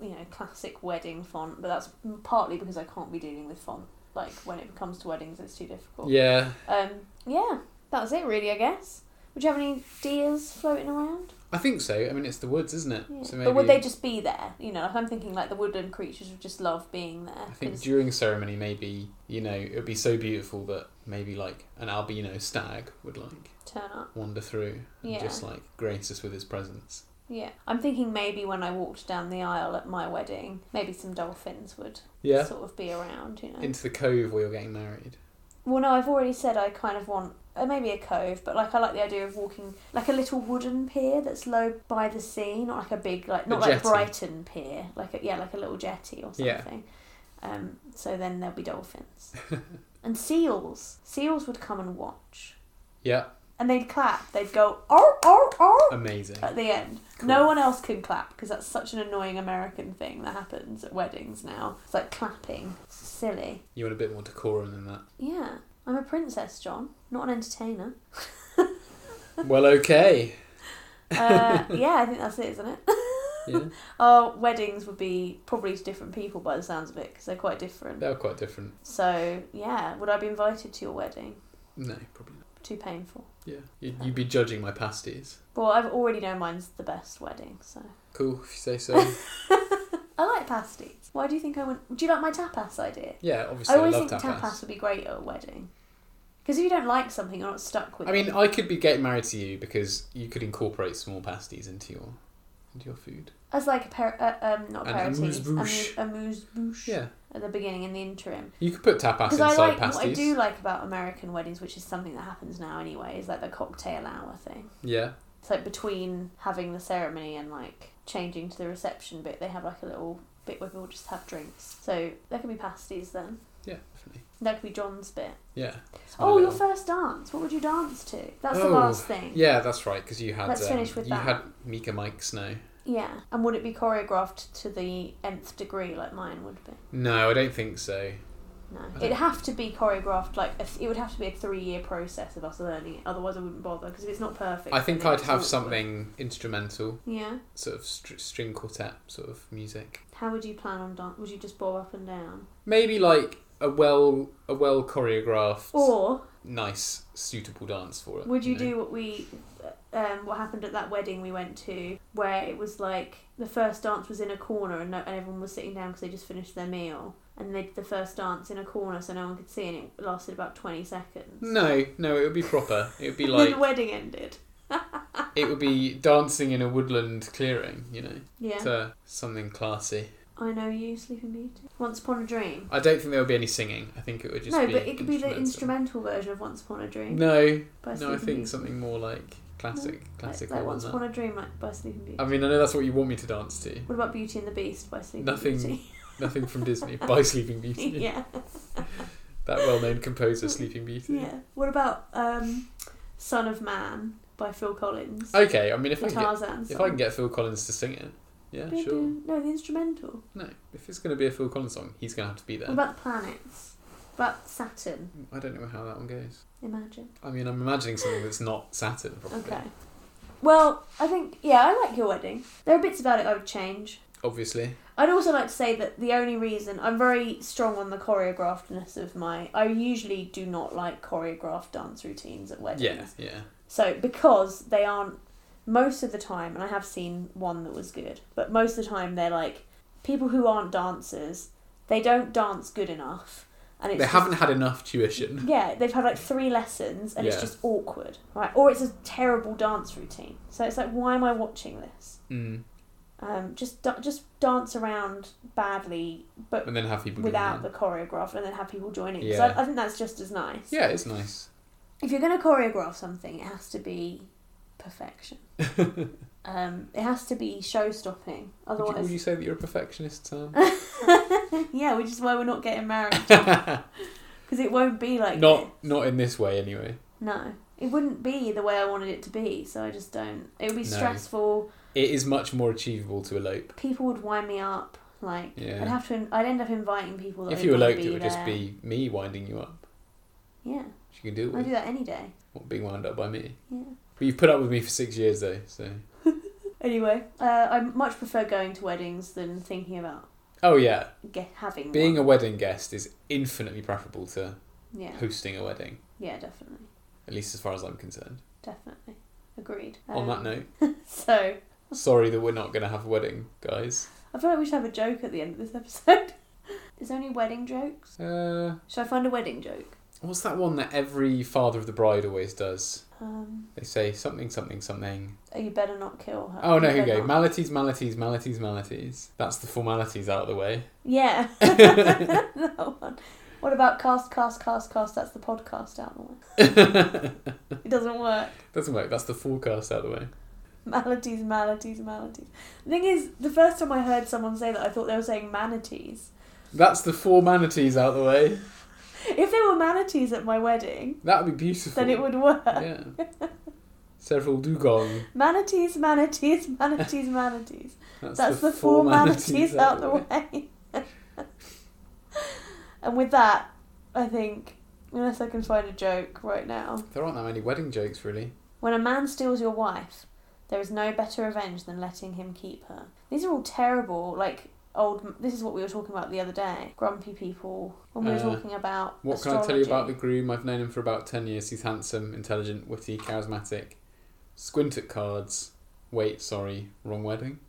Speaker 1: you know classic wedding font, but that's partly because I can't be dealing with font. Like when it comes to weddings, it's too difficult.
Speaker 2: yeah.
Speaker 1: Um, yeah, that was it really. I guess. Would you have any deers floating around?
Speaker 2: I think so. I mean, it's the woods, isn't it?
Speaker 1: Yeah.
Speaker 2: So maybe,
Speaker 1: But would they just be there? You know, like I'm thinking like the woodland creatures would just love being there.
Speaker 2: I think
Speaker 1: 'cause-
Speaker 2: during ceremony, maybe, you know, it would be so beautiful that maybe, like, an albino stag would, like,
Speaker 1: turn up.
Speaker 2: wander through and
Speaker 1: Yeah.
Speaker 2: just, like, grace us with his presence.
Speaker 1: Yeah, I'm thinking maybe when I walked down the aisle at my wedding, maybe some dolphins would
Speaker 2: Yeah.
Speaker 1: sort of be around. You know.
Speaker 2: Into the cove where you're getting married.
Speaker 1: Well, no, I've already said I kind of want uh, maybe a cove, but like I like the idea of walking like a little wooden pier that's low by the sea, not like a big like not
Speaker 2: A
Speaker 1: like
Speaker 2: jetty.
Speaker 1: Brighton pier, like a, yeah, like a little jetty or
Speaker 2: Yeah.
Speaker 1: something. Um, so then there'll be dolphins and seals. Seals would come and watch,
Speaker 2: Yeah.
Speaker 1: and they'd clap. They'd go oh oh oh
Speaker 2: Amazing.
Speaker 1: at the end.
Speaker 2: Cool.
Speaker 1: No one else can clap because that's such an annoying American thing that happens at weddings now. It's like clapping, it's silly.
Speaker 2: You want a bit more decorum than that.
Speaker 1: Yeah, I'm a princess, John, not an entertainer.
Speaker 2: well, okay.
Speaker 1: Uh, yeah, I think that's it, isn't it?
Speaker 2: Yeah.
Speaker 1: Our weddings would be probably to different people by the sounds of it because they're quite different.
Speaker 2: They're quite different.
Speaker 1: So, yeah, would I be invited to your wedding?
Speaker 2: No, probably not.
Speaker 1: Too painful.
Speaker 2: Yeah. You'd, you'd be judging my pasties.
Speaker 1: Well, I've already known mine's the best wedding, so.
Speaker 2: Cool, if you say so.
Speaker 1: I like pasties. Why do you think I went? Do you like my tapas idea?
Speaker 2: yeah,
Speaker 1: I
Speaker 2: obviously, I,
Speaker 1: always
Speaker 2: love
Speaker 1: think
Speaker 2: tapas.
Speaker 1: tapas. would be great at a wedding. Because if you don't like something, you're not stuck with
Speaker 2: I
Speaker 1: it.
Speaker 2: mean, I could be getting married to you because you could incorporate small pasties into your into your food.
Speaker 1: As like a pair, uh, um, not
Speaker 2: An
Speaker 1: aperitif,
Speaker 2: amuse-bouche.
Speaker 1: amu- amuse-bouche
Speaker 2: Yeah,
Speaker 1: at the beginning in the interim.
Speaker 2: you could put tapas
Speaker 1: Because
Speaker 2: inside
Speaker 1: I like what I
Speaker 2: pasties.
Speaker 1: do like about American weddings, which is something that happens now anyway, is like the cocktail hour thing.
Speaker 2: Yeah,
Speaker 1: It's like between having the ceremony and like changing to the reception bit, they have like a little bit where people just have drinks. So there could be pasties then.
Speaker 2: yeah, definitely.
Speaker 1: There could be John's bit.
Speaker 2: Yeah.
Speaker 1: oh, your
Speaker 2: Little-
Speaker 1: first dance. What would you dance to? That's the
Speaker 2: Oh,
Speaker 1: last thing.
Speaker 2: Yeah, that's right. Because you had
Speaker 1: Let's
Speaker 2: um,
Speaker 1: finish with
Speaker 2: you
Speaker 1: that.
Speaker 2: had Mika Mike Snow.
Speaker 1: Yeah. And would it be choreographed to the nth degree like mine would be?
Speaker 2: No, I don't think so.
Speaker 1: No.
Speaker 2: don't-
Speaker 1: It'd have to be choreographed, like, a th- it would have to be a three year process of us learning it. Otherwise, I wouldn't bother because if it's not perfect.
Speaker 2: I
Speaker 1: then
Speaker 2: think
Speaker 1: it
Speaker 2: I'd
Speaker 1: looks
Speaker 2: have
Speaker 1: awkward.
Speaker 2: something instrumental,
Speaker 1: Yeah.
Speaker 2: sort of str- string quartet, sort of music.
Speaker 1: How would you plan on dance? Would you just bob up and down?
Speaker 2: Maybe like a well a well choreographed,
Speaker 1: Or
Speaker 2: nice, suitable dance for it.
Speaker 1: would you
Speaker 2: know?
Speaker 1: do what we, um, what happened at that wedding we went to, where it was like the first dance was in a corner and, no, and everyone was sitting down because they just finished their meal and they did the first dance in a corner so no one could see and it lasted about 20 seconds.
Speaker 2: No, no, it would be proper. It would be
Speaker 1: And
Speaker 2: like
Speaker 1: then the wedding ended.
Speaker 2: it would be dancing in a woodland clearing, you know,
Speaker 1: Yeah.
Speaker 2: to something classy.
Speaker 1: I know you, Sleeping Beauty. Once Upon a Dream.
Speaker 2: I don't think there would be any singing. I think it would just
Speaker 1: no,
Speaker 2: be
Speaker 1: but it could be the instrumental version of Once Upon a Dream.
Speaker 2: No,
Speaker 1: by
Speaker 2: no, I
Speaker 1: Sleeping Beauty.
Speaker 2: think something more like classic, classic.
Speaker 1: Like, like
Speaker 2: more
Speaker 1: Once
Speaker 2: than
Speaker 1: Upon
Speaker 2: that.
Speaker 1: a Dream, like by Sleeping Beauty.
Speaker 2: I mean, I know that's what you want me to dance to.
Speaker 1: what about Beauty and the Beast by Sleeping
Speaker 2: Nothing-
Speaker 1: Beauty?
Speaker 2: Nothing from Disney by Sleeping Beauty.
Speaker 1: yeah.
Speaker 2: That well-known composer, Sleeping Beauty.
Speaker 1: Yeah. What about um, Son of Man by Phil Collins?
Speaker 2: Okay, I mean, if
Speaker 1: the
Speaker 2: I can get,
Speaker 1: Tarzan
Speaker 2: if
Speaker 1: song.
Speaker 2: I can get Phil Collins to sing it, yeah, sure.
Speaker 1: No, the instrumental.
Speaker 2: No, if it's going to be a Phil Collins song, he's going to have to be there.
Speaker 1: What about the planets? About Saturn?
Speaker 2: I don't know how that one goes.
Speaker 1: Imagine.
Speaker 2: I mean, I'm imagining something that's not Saturn. Probably.
Speaker 1: Okay. Well, I think yeah, I like your wedding. There are bits about it I would change.
Speaker 2: Obviously.
Speaker 1: I'd also like to say that the only reason I'm very strong on the choreographedness of my I usually do not like choreographed dance routines at weddings.
Speaker 2: Yeah, yeah.
Speaker 1: So because they aren't most of the time, and I have seen one that was good, but most of the time they're like people who aren't dancers. They don't dance good enough, and it's
Speaker 2: they
Speaker 1: just-
Speaker 2: haven't had enough tuition.
Speaker 1: Yeah, they've had like three lessons, and it's
Speaker 2: Yeah.
Speaker 1: just awkward, right? Or it's a terrible dance routine. So it's like, why am I watching this?
Speaker 2: Mm.
Speaker 1: Um, just da- just dance around badly, but
Speaker 2: And then have people
Speaker 1: without
Speaker 2: doing
Speaker 1: the choreograph, and then have people joining. So
Speaker 2: Yeah.
Speaker 1: I, I think that's just as nice.
Speaker 2: that. Yeah, it's nice.
Speaker 1: If you're going to choreograph something, it has to be perfection. Um, it has to be show stopping.
Speaker 2: Would you,
Speaker 1: Otherwise,
Speaker 2: would you say that you're a perfectionist, Sam?
Speaker 1: yeah, which is why we're not getting married
Speaker 2: not
Speaker 1: because it won't be like this.
Speaker 2: not in this way anyway.
Speaker 1: No, it wouldn't be the way I wanted it to be. So I just don't. It would be
Speaker 2: No.
Speaker 1: stressful.
Speaker 2: It is much more achievable to elope.
Speaker 1: People would wind me up. Like
Speaker 2: Yeah.
Speaker 1: I'd have to. I'd end up inviting people. That
Speaker 2: If
Speaker 1: I'd
Speaker 2: you
Speaker 1: wanna
Speaker 2: eloped,
Speaker 1: be
Speaker 2: it would just
Speaker 1: there.
Speaker 2: be me winding you up.
Speaker 1: Yeah,
Speaker 2: Which you can deal
Speaker 1: I
Speaker 2: with.
Speaker 1: do that any day.
Speaker 2: Not being wound up by me.
Speaker 1: Yeah.
Speaker 2: But you've put up with me for six years though, so.
Speaker 1: Anyway, uh, I much prefer going to weddings than thinking about
Speaker 2: Oh yeah,
Speaker 1: get having
Speaker 2: being
Speaker 1: one.
Speaker 2: a wedding guest is infinitely preferable to
Speaker 1: yeah,
Speaker 2: hosting a wedding.
Speaker 1: yeah, definitely,
Speaker 2: At least as far as I'm concerned.
Speaker 1: definitely, agreed.
Speaker 2: On that
Speaker 1: Um,
Speaker 2: note,
Speaker 1: so
Speaker 2: sorry that we're not going to have a wedding, guys.
Speaker 1: I feel like we should have a joke at the end of this episode. Is there any wedding jokes?
Speaker 2: Uh,
Speaker 1: Should I find a wedding joke?
Speaker 2: what's that one that every father of the bride always does?
Speaker 1: Um,
Speaker 2: They say something, something, something.
Speaker 1: oh, you better not kill her.
Speaker 2: Oh no,
Speaker 1: You
Speaker 2: here we
Speaker 1: better
Speaker 2: go.
Speaker 1: not-
Speaker 2: Malities, malities, malities, malities. That's the formalities out of the way.
Speaker 1: Yeah. that one. What about cast, cast, cast, cast? That's the podcast out the way. It doesn't work.
Speaker 2: Doesn't work. That's the forecast out of the way.
Speaker 1: Manatees, manatees, manatees. The thing is, the first time I heard someone say that, I thought they were saying manatees.
Speaker 2: That's the four manatees out of the way.
Speaker 1: If there were manatees at my wedding,
Speaker 2: That would be beautiful.
Speaker 1: then it would work.
Speaker 2: Yeah. Several dugong.
Speaker 1: Manatees, manatees, manatees, manatees.
Speaker 2: That's,
Speaker 1: That's the four manatees out the way. and with that, I think, unless I can find a joke right now,
Speaker 2: There aren't that many wedding jokes, really.
Speaker 1: when a man steals your wife, there is no better revenge than letting him keep her. These are all terrible, like old. This is what we were talking about the other day. Grumpy people. When we were
Speaker 2: Uh,
Speaker 1: talking about
Speaker 2: What
Speaker 1: astrology.
Speaker 2: can I tell you about the groom? I've known him for about 10 years. He's handsome, intelligent, witty, charismatic. Squint at cards. Wait, sorry, wrong wedding.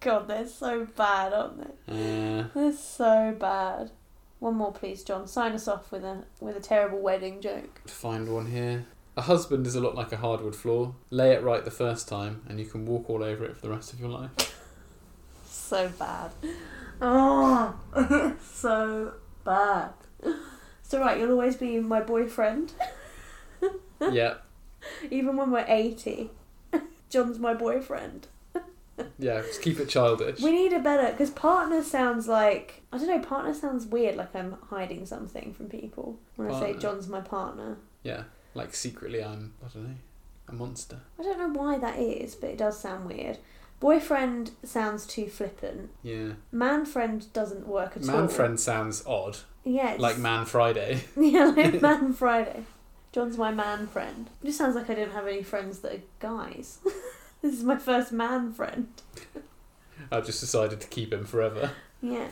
Speaker 1: God, they're so bad, aren't they?
Speaker 2: Uh,
Speaker 1: They're so bad. One more, please, John. Sign us off with a with a terrible wedding joke.
Speaker 2: find one here. A husband is a lot like a hardwood floor. Lay it right the first time, and you can walk all over it for the rest of your life.
Speaker 1: So bad. Oh, so bad. So right, you'll always be my boyfriend,
Speaker 2: yeah,
Speaker 1: even when we're eighty. John's my boyfriend.
Speaker 2: yeah, just keep it childish.
Speaker 1: We need a better because partner sounds like I don't know. Partner sounds weird, like I'm hiding something from people when I say
Speaker 2: Partner.
Speaker 1: John's my partner.
Speaker 2: Yeah, like secretly I'm, I don't know, a monster.
Speaker 1: I don't know why that is, but it does sound weird. Boyfriend sounds too flippant.
Speaker 2: Yeah.
Speaker 1: Man friend doesn't work at all.
Speaker 2: Man friend sounds odd,
Speaker 1: yeah, it's-
Speaker 2: like Man Friday.
Speaker 1: yeah, like man Friday. John's my man friend. It just sounds like I don't have any friends that are guys. this is my first man friend.
Speaker 2: I've just decided to keep him forever.
Speaker 1: Yeah.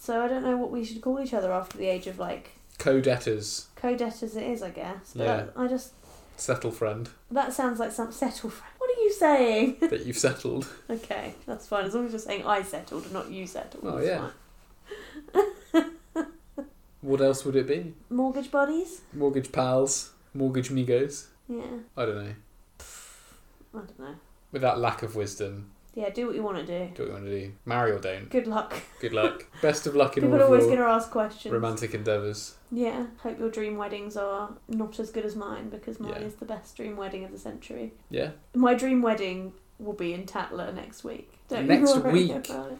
Speaker 1: so I don't know what we should call each other after the age of like
Speaker 2: Co-debtors,
Speaker 1: co-debtors. It is, I guess. But
Speaker 2: Yeah.
Speaker 1: I just
Speaker 2: settle friend
Speaker 1: That sounds like some settle friend. What are you saying?
Speaker 2: that you've settled.
Speaker 1: okay, that's fine. As long as you're saying I settled and not you settled.
Speaker 2: Oh,
Speaker 1: that's
Speaker 2: yeah.
Speaker 1: fine.
Speaker 2: What else would it be?
Speaker 1: Mortgage buddies?
Speaker 2: Mortgage pals, mortgage migos.
Speaker 1: Yeah.
Speaker 2: I don't know.
Speaker 1: I don't know.
Speaker 2: With that lack of wisdom,
Speaker 1: Yeah, do what you want to do.
Speaker 2: do what you want to do. Marry or don't.
Speaker 1: Good luck.
Speaker 2: Good luck. Best of luck in
Speaker 1: People are
Speaker 2: all
Speaker 1: always
Speaker 2: of
Speaker 1: going
Speaker 2: your
Speaker 1: to ask questions.
Speaker 2: romantic endeavours.
Speaker 1: Yeah. Hope your dream weddings are not as good as mine because mine
Speaker 2: Yeah.
Speaker 1: is the best dream wedding of the century.
Speaker 2: Yeah.
Speaker 1: My dream wedding will be in Tatler next week. Don't
Speaker 2: Next
Speaker 1: you worry
Speaker 2: week?
Speaker 1: About it.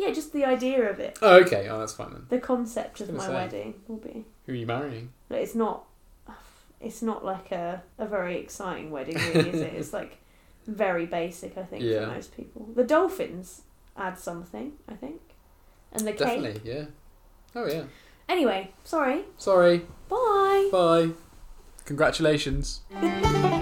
Speaker 1: Yeah, just the idea of it.
Speaker 2: Oh, okay. Oh, that's fine then.
Speaker 1: The concept of
Speaker 2: I was
Speaker 1: my
Speaker 2: gonna say.
Speaker 1: wedding will be.
Speaker 2: Who are you marrying?
Speaker 1: Like, it's not it's not like a, a very exciting wedding really is it it's like very basic i think
Speaker 2: Yeah.
Speaker 1: for most people the dolphins add something i think and the cake
Speaker 2: Definitely. Yeah. Oh yeah.
Speaker 1: anyway sorry
Speaker 2: Sorry.
Speaker 1: bye
Speaker 2: Bye. Congratulations.
Speaker 3: Thank you.